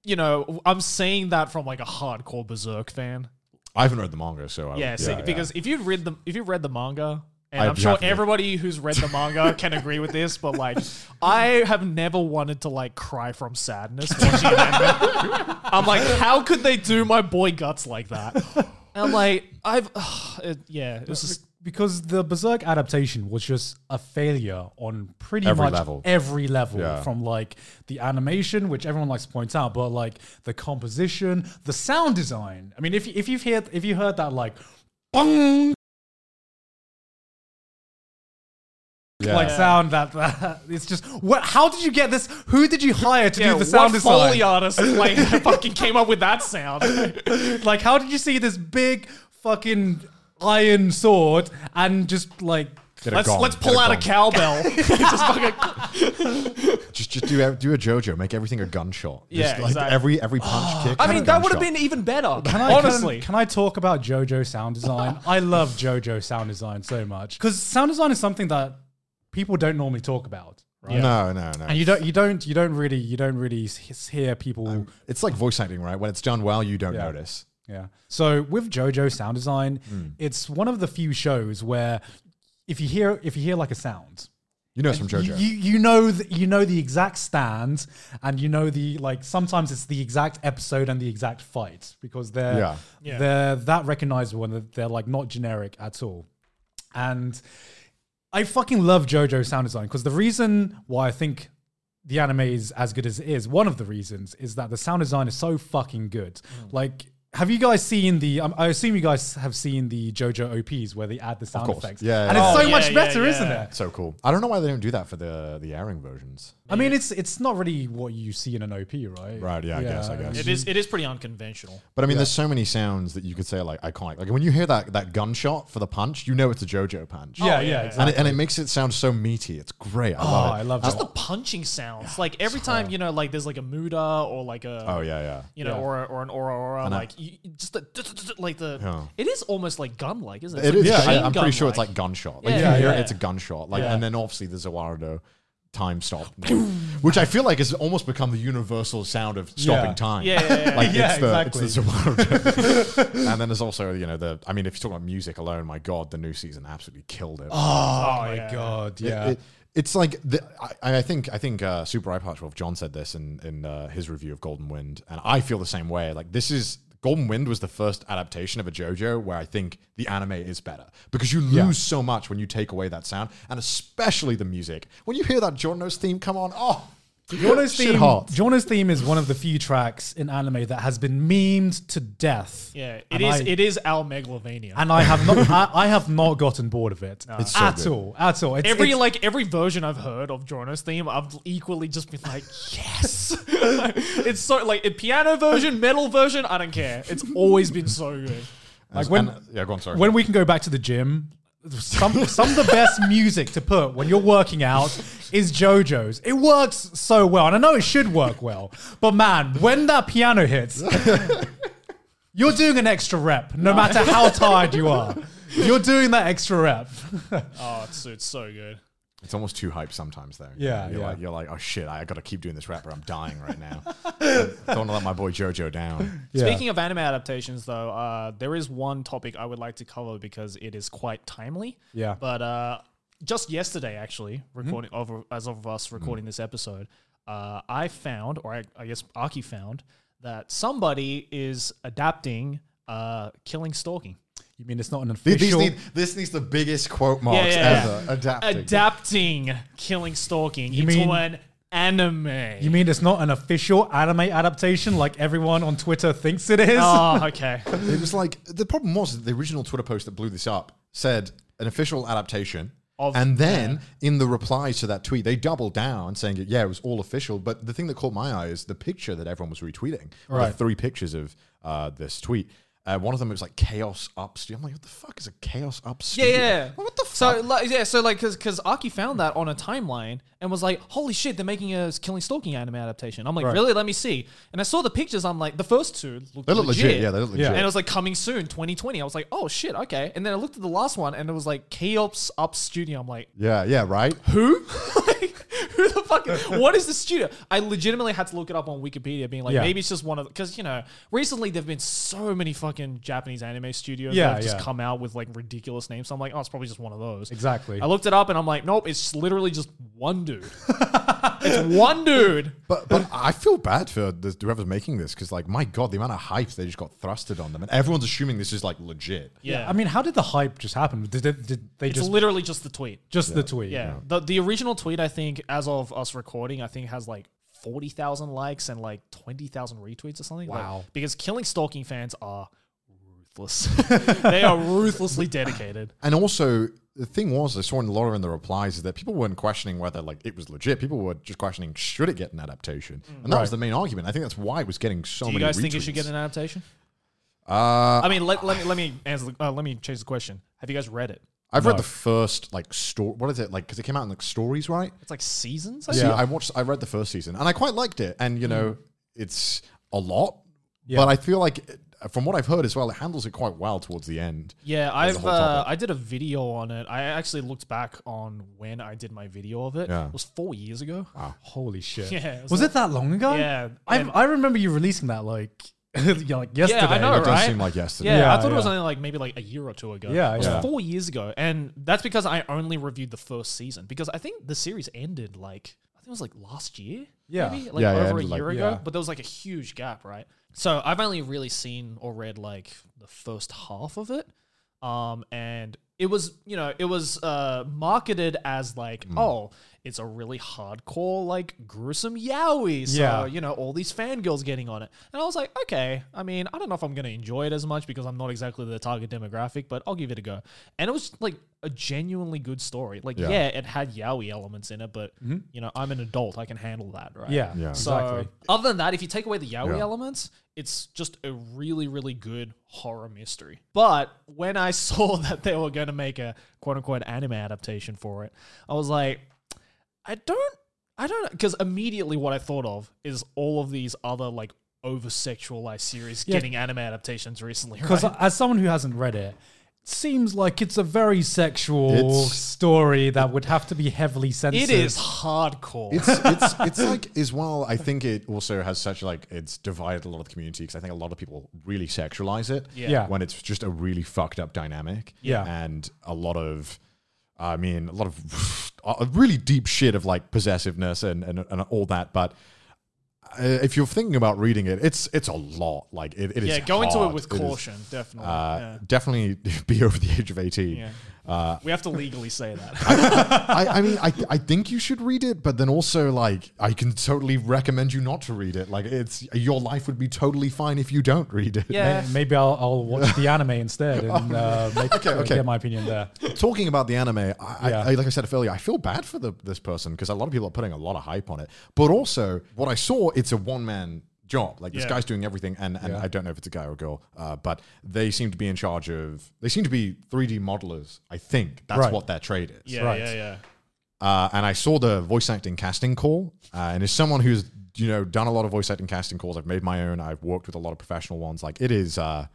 Speaker 3: you know, I'm saying that from like a hardcore Berserk fan.
Speaker 1: I haven't read the manga, so I
Speaker 3: Yeah, see, because if you've read the if you've read the manga, and
Speaker 1: Oh, I'd
Speaker 3: i am sure
Speaker 1: have to-
Speaker 3: everybody who's read the manga can agree with this, but like, I have never wanted to like cry from sadness watching an anime. I'm like, how could they do my boy guts like that? And I'm like, I've, it, yeah, it was just.
Speaker 4: because the Berserk adaptation was just a failure on pretty
Speaker 1: Every
Speaker 4: much
Speaker 1: level.
Speaker 4: every level
Speaker 1: Yeah.
Speaker 4: from like the animation, which everyone likes to point out, but like the composition, the sound design. I mean, if you- if you've heard if you heard that like bong
Speaker 1: yeah.
Speaker 4: like sound that, that it's just what how did you get this? Who did you hire to
Speaker 3: Yeah,
Speaker 4: do the sound
Speaker 3: what
Speaker 4: design?
Speaker 3: Foley artist like fucking came up with that sound?
Speaker 4: like how did you see this big fucking iron sword and just like
Speaker 1: Get a
Speaker 3: Let's
Speaker 1: gong,
Speaker 3: let's
Speaker 1: get
Speaker 3: pull out a
Speaker 1: gong.
Speaker 3: cowbell. Just fucking-
Speaker 1: Just just do a, do a JoJo, make everything a gunshot. Just
Speaker 3: Yeah,
Speaker 1: like
Speaker 3: exactly.
Speaker 1: every every punch kick.
Speaker 3: I
Speaker 1: had a
Speaker 3: mean, that would have
Speaker 1: gunshot.
Speaker 3: been even better.
Speaker 4: Can I,
Speaker 3: honestly,
Speaker 4: can, can I talk about JoJo sound design? I love JoJo sound design so much because sound design is something that people don't normally talk about, right?
Speaker 1: No, no, no.
Speaker 4: And you don't, you don't, you don't really, you don't really s- hear people.
Speaker 1: It's like voice acting, right? When it's done well, you don't
Speaker 4: Yeah.
Speaker 1: notice.
Speaker 4: yeah. So with JoJo sound design, it's one of the few shows where if you hear, if you hear like a sound,
Speaker 1: You know it's from JoJo.
Speaker 4: You, you know th- you know the exact stand, and you know the like. Sometimes it's the exact episode and the exact fight because they're
Speaker 1: Yeah.
Speaker 3: Yeah.
Speaker 4: they're that recognizable and they're, they're like not generic at all. And I fucking love JoJo sound design because the reason why I think the anime is as good as it is, one of the reasons is that the sound design is so fucking good.
Speaker 3: Mm.
Speaker 4: Like. Have you guys seen the? Um, I assume you guys have seen the JoJo OPs where they add the sound
Speaker 1: course.
Speaker 4: effects.
Speaker 1: Yeah,
Speaker 4: and
Speaker 1: yeah,
Speaker 4: it's
Speaker 1: yeah.
Speaker 4: so
Speaker 3: Oh,
Speaker 4: much
Speaker 3: yeah, yeah,
Speaker 4: better, isn't
Speaker 3: yeah.
Speaker 4: it?
Speaker 1: so cool. I don't know why they don't do that for the the airing versions.
Speaker 4: I mean, it's it's not really what you see in an OP, right?
Speaker 1: Right, yeah, I guess, I guess.
Speaker 3: it is it is pretty unconventional.
Speaker 1: But I mean, there's so many sounds that you could say are, like iconic. Like when you hear that that gunshot for the punch, you know it's a JoJo punch.
Speaker 4: Yeah, yeah, exactly. Oh,
Speaker 1: And it, and it makes it sound so meaty. It's great. I love
Speaker 3: Oh,
Speaker 1: it.
Speaker 4: I love
Speaker 1: That's
Speaker 4: that.
Speaker 3: the punching sounds. Like every time you know, like there's like a muda or like a
Speaker 1: Oh yeah, yeah.
Speaker 3: you know,
Speaker 4: Yeah.
Speaker 3: or a, or an aura aura.
Speaker 1: And I-
Speaker 3: Like you, you- just the like the
Speaker 1: Yeah.
Speaker 3: it is almost like gun like, isn't it?
Speaker 1: It
Speaker 3: It's
Speaker 1: is.
Speaker 3: like
Speaker 1: I,
Speaker 3: machine
Speaker 1: I'm pretty sure it's
Speaker 3: gun-like.
Speaker 1: like gunshot. Like
Speaker 3: Yeah,
Speaker 1: you can hear
Speaker 3: yeah.
Speaker 1: it's a gunshot. Like
Speaker 3: Yeah.
Speaker 1: and then obviously the Zawardo time stop, which I feel like has almost become the universal sound of stopping
Speaker 4: Yeah.
Speaker 1: time.
Speaker 3: Yeah, yeah, yeah.
Speaker 1: like
Speaker 4: Yeah,
Speaker 1: it's the it's the
Speaker 4: exactly.
Speaker 1: Zawardo. and then there's also you know the I mean if you talk about music alone, my god, the new season absolutely killed it.
Speaker 4: Oh, my god,
Speaker 1: It-
Speaker 4: yeah.
Speaker 1: it- it's like the, I, I think I think uh, Super Iparchwolf John said this in in uh, his review of Golden Wind, and I feel the same way. Like this is Golden Wind was the first adaptation of a JoJo where I think the anime is better because you lose so much when you take away that sound, and especially the music. When you hear that Giorno's theme come on, oh,
Speaker 4: Jono's
Speaker 1: shit
Speaker 4: theme,
Speaker 1: hot.
Speaker 4: Jono's theme is one of the few tracks in anime that has been memed to death.
Speaker 3: yeah, it
Speaker 4: And
Speaker 3: is.
Speaker 4: I-
Speaker 3: it is Al Megalovania.
Speaker 4: and I have not, I, I have not gotten bored of it
Speaker 1: It's so
Speaker 4: at
Speaker 1: good.
Speaker 4: all, at all. It's,
Speaker 3: every
Speaker 4: it's-
Speaker 3: like every version I've heard of Jorno's theme, I've equally just been like, yes. it's so like a piano version, metal version. I don't care. It's always been so good.
Speaker 1: like
Speaker 4: when-
Speaker 1: yeah, go on, sorry.
Speaker 4: when we can go back to the gym. Some some of the best music to put when you're working out is JoJo's. It works so well, and I know it should work well. But man, when that piano hits, you're doing an extra rep, no matter how tired you are. You're doing that extra rep.
Speaker 3: Oh, it's it's so good.
Speaker 1: it's almost too hype sometimes, though.
Speaker 4: Yeah,
Speaker 1: you're
Speaker 4: yeah.
Speaker 1: like you're like, oh shit, I got to keep doing this rap, or I'm dying right now. Don't want to let my boy JoJo down.
Speaker 3: Speaking of anime adaptations, though, uh, there is one topic I would like to cover because it is quite timely.
Speaker 4: Yeah.
Speaker 3: But uh, just yesterday, actually, recording of, as of us recording this episode, uh, I found, or I, I guess Aki found, that somebody is adapting uh, Killing Stalking.
Speaker 4: you mean it's not an
Speaker 1: These- these
Speaker 4: official?
Speaker 1: need- this needs the biggest quote marks ever. Adapting.
Speaker 3: Adapting Killing Stalking into
Speaker 4: mean-
Speaker 3: an anime.
Speaker 4: you mean it's not an official anime adaptation like everyone on Twitter thinks it is?
Speaker 3: Oh, okay.
Speaker 1: It was like the problem was that the original Twitter post that blew this up said an official adaptation
Speaker 3: Of-
Speaker 1: and then in the replies to that tweet, they doubled down saying, yeah, it was all official. But the thing that caught my eye is the picture that everyone was retweeting. There were
Speaker 4: Right.
Speaker 1: three pictures of uh, this tweet. Uh, one of them was like chaos up studio. I'm like, what the fuck is a chaos up
Speaker 3: Yeah,
Speaker 1: studio?
Speaker 3: yeah. yeah.
Speaker 1: What the fuck?
Speaker 3: So like, yeah, so like, cause, cause Aki found that on a timeline and was like, "Holy shit, they're making a killing stalking anime adaptation." I'm like, "Really? Let me see." And I saw the pictures. I'm like, the first two looked
Speaker 1: they look
Speaker 3: legit.
Speaker 1: legit. Yeah, they look legit.
Speaker 3: And it was like coming soon, 2020. I was like, "Oh shit, okay." And then I looked at the last one and it was like Keops Up Studio. I'm like,
Speaker 1: yeah, yeah, right?
Speaker 3: "Who? Like, Who the fuck? what is the studio?" I legitimately had to look it up on Wikipedia, being like,
Speaker 4: Yeah.
Speaker 3: "Maybe it's just one of because you know recently there've been so many fucking Japanese anime studios
Speaker 4: Yeah,
Speaker 3: that have just
Speaker 4: yeah.
Speaker 3: come out with like ridiculous names." So I'm like, "Oh, it's probably just one of those."
Speaker 4: Exactly.
Speaker 3: I looked it up and I'm like, nope, it's literally just one dude. it's one dude.
Speaker 1: But but I feel bad for the, whoever's making this because like my god, the amount of hype they just got thrusted on them, and everyone's assuming this is like legit.
Speaker 3: Yeah.
Speaker 4: I mean, how did the hype just happen? Did, they- did they
Speaker 3: it's
Speaker 4: just
Speaker 3: literally just the tweet.
Speaker 4: just the tweet?
Speaker 3: Yeah. The, the original tweet, I think, as of us recording, I think has like 40,000 likes and like 20,000 retweets or something. Like,
Speaker 4: Wow.
Speaker 3: because Killing Stalking fans are ruthless. they are ruthlessly dedicated.
Speaker 1: And also, the thing was, I saw in a lot of in the replies is that people weren't questioning whether like it was legit. People were just questioning should it get an adaptation, and that was the main argument. I think that's why it was getting so
Speaker 3: Mm. Do you
Speaker 1: many.
Speaker 3: guys think it should
Speaker 1: retweets.
Speaker 3: get an adaptation?
Speaker 1: Uh,
Speaker 3: I mean, let, let me let me answer. The, uh, let me change the question. Have you guys read it?
Speaker 1: I've read the first like story. What is it like? Because it came out in like stories, right?
Speaker 3: It's like seasons. I
Speaker 1: See,
Speaker 3: think?
Speaker 1: I watched. I read the first season, and I quite liked it. And you know, it's a lot, but I feel like. It, from what I've heard as well, it handles it quite well towards the end.
Speaker 3: Yeah,
Speaker 1: a
Speaker 3: I've
Speaker 1: whole
Speaker 3: uh,
Speaker 1: topic.
Speaker 3: I did a video on it. I actually looked back on when I did my video of it.
Speaker 1: Yeah.
Speaker 3: It was four years ago.
Speaker 4: Holy shit.
Speaker 3: Yeah, it was
Speaker 4: was it that long ago?
Speaker 3: Yeah,
Speaker 4: I
Speaker 3: and-
Speaker 4: I remember you releasing that like yeah, like yesterday.
Speaker 3: Yeah, I know,
Speaker 1: It
Speaker 3: right?
Speaker 1: does seem like yesterday.
Speaker 3: Yeah, I
Speaker 4: Yeah,
Speaker 3: thought it was
Speaker 4: yeah.
Speaker 3: only like maybe like a year or two ago.
Speaker 4: Yeah,
Speaker 3: it was
Speaker 4: yeah.
Speaker 3: four years ago, and that's because I only reviewed the first season because I think the series ended like I think it was like last year.
Speaker 4: Yeah.
Speaker 3: maybe like
Speaker 1: Yeah, yeah,
Speaker 3: over a
Speaker 1: ended, like-
Speaker 3: year ago.
Speaker 4: yeah.
Speaker 3: But there was like a huge gap, right? So I've only really seen or read like the first half of it, um, and it was you know it was uh marketed as like
Speaker 4: Mm.
Speaker 3: oh it's a really hardcore like gruesome yaoi so
Speaker 4: Yeah.
Speaker 3: you know, all these fangirls getting on it. And I was like, okay, I mean, I don't know if I'm going to enjoy it as much because I'm not exactly the target demographic, but I'll give it a go. And it was like a genuinely good story. Like, yeah,
Speaker 1: Yeah.
Speaker 3: it had yaoi elements in it, but, you know, I'm an adult. I can handle that, right?
Speaker 4: Yeah,
Speaker 1: Yeah.
Speaker 3: So,
Speaker 4: exactly.
Speaker 3: other than that, if you take away the
Speaker 1: Yeah.
Speaker 3: yaoi elements, it's just a really, really good horror mystery. But when I saw that they were going to make a quote unquote anime adaptation for it, I was like, I don't, I don't, because immediately what I thought of is all of these other like over sexualized series getting anime adaptations recently.
Speaker 4: Because
Speaker 3: right?
Speaker 4: as someone who hasn't read it, it seems like it's a very sexual
Speaker 1: It's-
Speaker 4: story that would have to be heavily
Speaker 3: it
Speaker 4: censored.
Speaker 3: is hardcore.
Speaker 1: it's it's it's like as well. I think it also has such like it's divided a lot of the community because I think a lot of people really sexualize it.
Speaker 3: Yeah.
Speaker 4: Yeah.
Speaker 1: When it's just a really fucked up dynamic.
Speaker 4: Yeah.
Speaker 1: And a lot of, I mean, a lot of uh, really deep shit of like possessiveness and and, and all that, but. Uh, if you're thinking about reading it, it's it's a lot. Like it, it is
Speaker 3: yeah, go into it
Speaker 1: hard.
Speaker 3: with
Speaker 1: is,
Speaker 3: caution, definitely.
Speaker 1: uh,
Speaker 3: Yeah.
Speaker 1: Definitely be over the age of eighteen.
Speaker 3: Yeah.
Speaker 1: Uh,
Speaker 3: We have to legally say that.
Speaker 1: I, I mean, I, I think you should read it, but then also like I can totally recommend you not to read it. Like it's your life would be totally fine if you don't read it.
Speaker 3: yeah.
Speaker 4: Maybe I'll, I'll watch the anime instead and uh, make,
Speaker 1: Okay, okay.
Speaker 4: get my opinion there.
Speaker 1: Talking about the anime, I, I-
Speaker 4: Yeah.
Speaker 1: I, like I said earlier, I feel bad for the, this person because a lot of people are putting a lot of hype on it. But also, what I saw, it's a one man job. Like this
Speaker 3: Yeah.
Speaker 1: guy's doing everything, and, and I don't know if it's a guy or a girl, uh, but they seem to be in charge of. They seem to be 3D modelers. I think that's
Speaker 4: Right.
Speaker 1: what their trade is.
Speaker 3: Yeah,
Speaker 4: right.
Speaker 3: yeah, yeah.
Speaker 1: uh, and I saw the voice acting casting call. Uh, and as someone who's you know done a lot of voice acting casting calls, I've made my own. I've worked with a lot of professional ones. Like it is uh,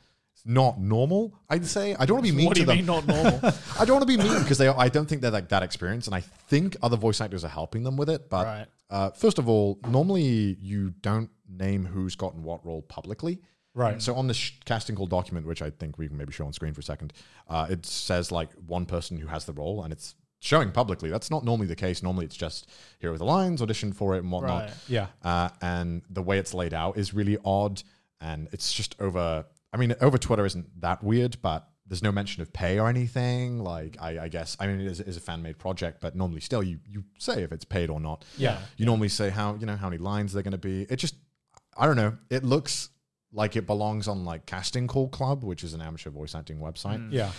Speaker 1: not normal. I'd say I don't want to be mean
Speaker 3: What do
Speaker 1: to
Speaker 3: you
Speaker 1: them.
Speaker 3: mean not normal?
Speaker 1: I don't want to be mean because they. I don't think they're like that experienced, and I think other voice actors are helping them with it. But
Speaker 3: Right.
Speaker 1: uh, first of all, normally you don't name who's gotten what role publicly.
Speaker 4: Right.
Speaker 1: So on the sh- casting call document, which I think we can maybe show on screen for a second, uh, it says like one person who has the role, and it's showing publicly. That's not normally the case. Normally it's just here are the lines, audition for it, and whatnot.
Speaker 3: Right.
Speaker 4: Yeah.
Speaker 1: Uh, and the way it's laid out is really odd, and it's just over. I mean, over Twitter isn't that weird, but there's no mention of pay or anything. Like, I, I guess, I mean, it is, it is a fan made project, but normally still you you say if it's paid or not.
Speaker 4: Yeah.
Speaker 1: You normally say how you know how many lines they're going to be. It just, I don't know. It
Speaker 4: Mm.
Speaker 1: looks like it belongs on like Casting Call Club, which is an amateur voice acting website
Speaker 4: Yeah.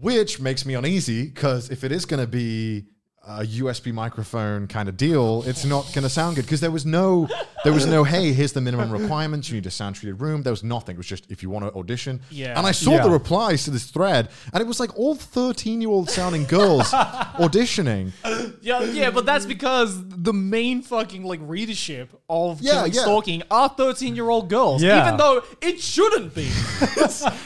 Speaker 1: which makes me uneasy because if it is going to be a USB microphone kind of deal, it's not going to sound good because there was no, there was no. Hey, here's the minimum requirements. You need a sound treated room. There was nothing. It was just if you want to audition.
Speaker 3: Yeah.
Speaker 1: And I saw the
Speaker 4: Yeah.
Speaker 1: replies to this thread, and it was like all 13 year old sounding girls auditioning.
Speaker 3: Yeah, yeah, but that's because the main fucking like readership of
Speaker 1: Yeah,
Speaker 3: killing
Speaker 1: yeah.
Speaker 3: stalking are thirteen-year-old girls.
Speaker 4: Yeah.
Speaker 3: even though it shouldn't be.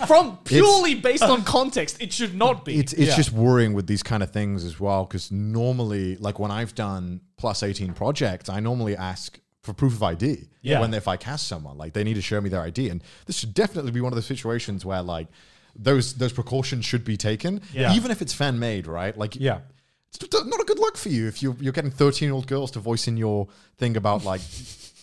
Speaker 3: From purely based on context, it should not be.
Speaker 1: It's it's just worrying with these kind of things as well because normally, like when I've done plus eighteen projects, I normally ask for proof of ID.
Speaker 4: Yeah.
Speaker 1: When if I cast someone, like they need to show me their ID, and this should definitely be one of those situations where like those those precautions should be taken,
Speaker 4: Yeah.
Speaker 1: even if it's fan made, right? Like
Speaker 4: Yeah.
Speaker 1: it's t- not a good look for you if you you're getting thirteen year old girls to voice in your thing about like.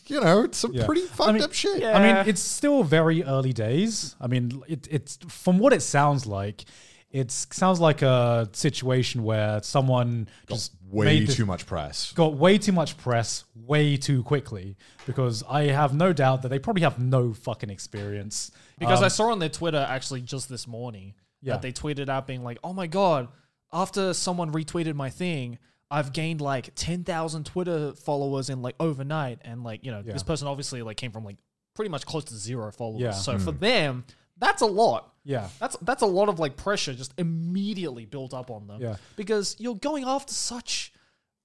Speaker 1: You know, it's some
Speaker 4: Yeah.
Speaker 1: pretty
Speaker 4: I
Speaker 1: fucked
Speaker 4: mean-
Speaker 1: up shit.
Speaker 4: I mean, it's still very early days. I mean, it, it's from what it sounds like, it sounds like a situation where someone just
Speaker 1: Way
Speaker 4: made
Speaker 1: too
Speaker 4: this-
Speaker 1: much press.
Speaker 4: got way too much press way too quickly because I have no doubt that they probably have no fucking experience.
Speaker 3: Because
Speaker 1: um,
Speaker 3: I saw on their Twitter actually just this morning
Speaker 4: Yeah.
Speaker 3: that they tweeted out being like, "Oh my god, after someone retweeted my thing, I've gained like 10,000 Twitter followers in like overnight and like, you know, this person obviously like came from like pretty much close to zero followers.
Speaker 4: Yeah.
Speaker 3: So
Speaker 1: Hmm.
Speaker 3: for them, that's a lot.
Speaker 4: Yeah.
Speaker 3: That's that's a lot of like pressure just immediately built up on them.
Speaker 4: Yeah.
Speaker 3: Because you're going after such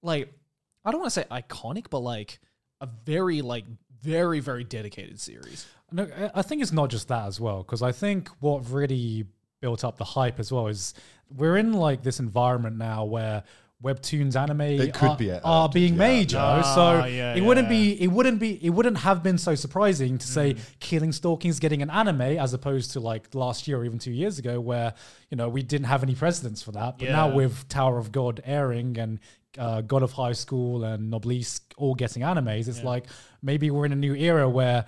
Speaker 3: like I don't want to say iconic, but like a very like very very dedicated series.
Speaker 4: No, I- I think it's not just that as well, because I think what really built up the hype as well is we're in like this environment now where webtoons anime
Speaker 1: They could
Speaker 4: are,
Speaker 1: be adapted,
Speaker 4: are being
Speaker 1: yeah.
Speaker 4: made, you know. So
Speaker 3: Ah, yeah,
Speaker 4: it wouldn't
Speaker 3: yeah.
Speaker 4: be it wouldn't be it wouldn't have been so surprising to say
Speaker 3: Mm.
Speaker 4: Killing Stalking is getting an anime as opposed to like last year or even two years ago where you know we didn't have any precedents for that. But now
Speaker 3: Yeah.
Speaker 4: with Tower of God airing and uh, God of High School and Noblesse all getting animes, it's like maybe we're in a new era where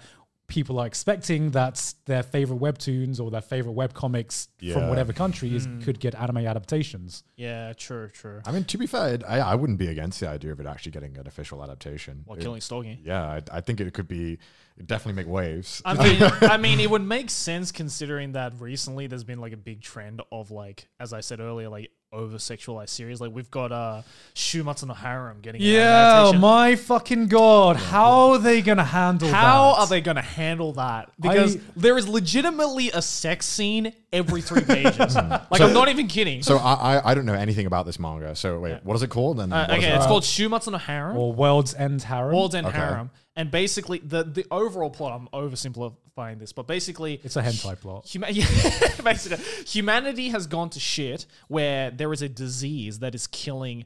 Speaker 4: people are expecting that their favorite webtoons or their favorite webcomics
Speaker 1: Yeah.
Speaker 4: from whatever country is,
Speaker 3: Hmm.
Speaker 4: could get anime adaptations.
Speaker 3: Yeah, true, true.
Speaker 1: I mean, to be fair, it- I, I wouldn't be against the idea of it actually getting an official adaptation.
Speaker 3: Or
Speaker 1: It-
Speaker 3: killing stalking.
Speaker 1: yeah, I, I think it could be it'd definitely make waves.
Speaker 3: I mean, I mean, it would make sense considering that recently there's been like a big trend of like, as I said earlier, like over sexualized series. Like we've got uh Shumatsu no Harem getting an
Speaker 4: Yeah, oh
Speaker 3: adaptation.
Speaker 4: my fucking god! How are they gonna handle
Speaker 3: How
Speaker 4: that?
Speaker 3: are they going to handle that? Because
Speaker 4: I-
Speaker 3: there is legitimately a sex scene every three pages. like I'm not even kidding.
Speaker 1: so I, I I don't know anything about this manga. So wait, what is it called? And
Speaker 3: Uh,
Speaker 1: what is
Speaker 3: okay,
Speaker 1: it
Speaker 3: it's
Speaker 1: about?
Speaker 3: called Shumatsu no Harem.
Speaker 4: Or World's End Harem.
Speaker 3: World's End
Speaker 1: Okay.
Speaker 3: Harem. And basically, the, the overall plot, I'm oversimplifying this, but basically,
Speaker 4: it's a hentai plot.
Speaker 3: Huma- yeah, basically, humanity has gone to shit where there is a disease that is killing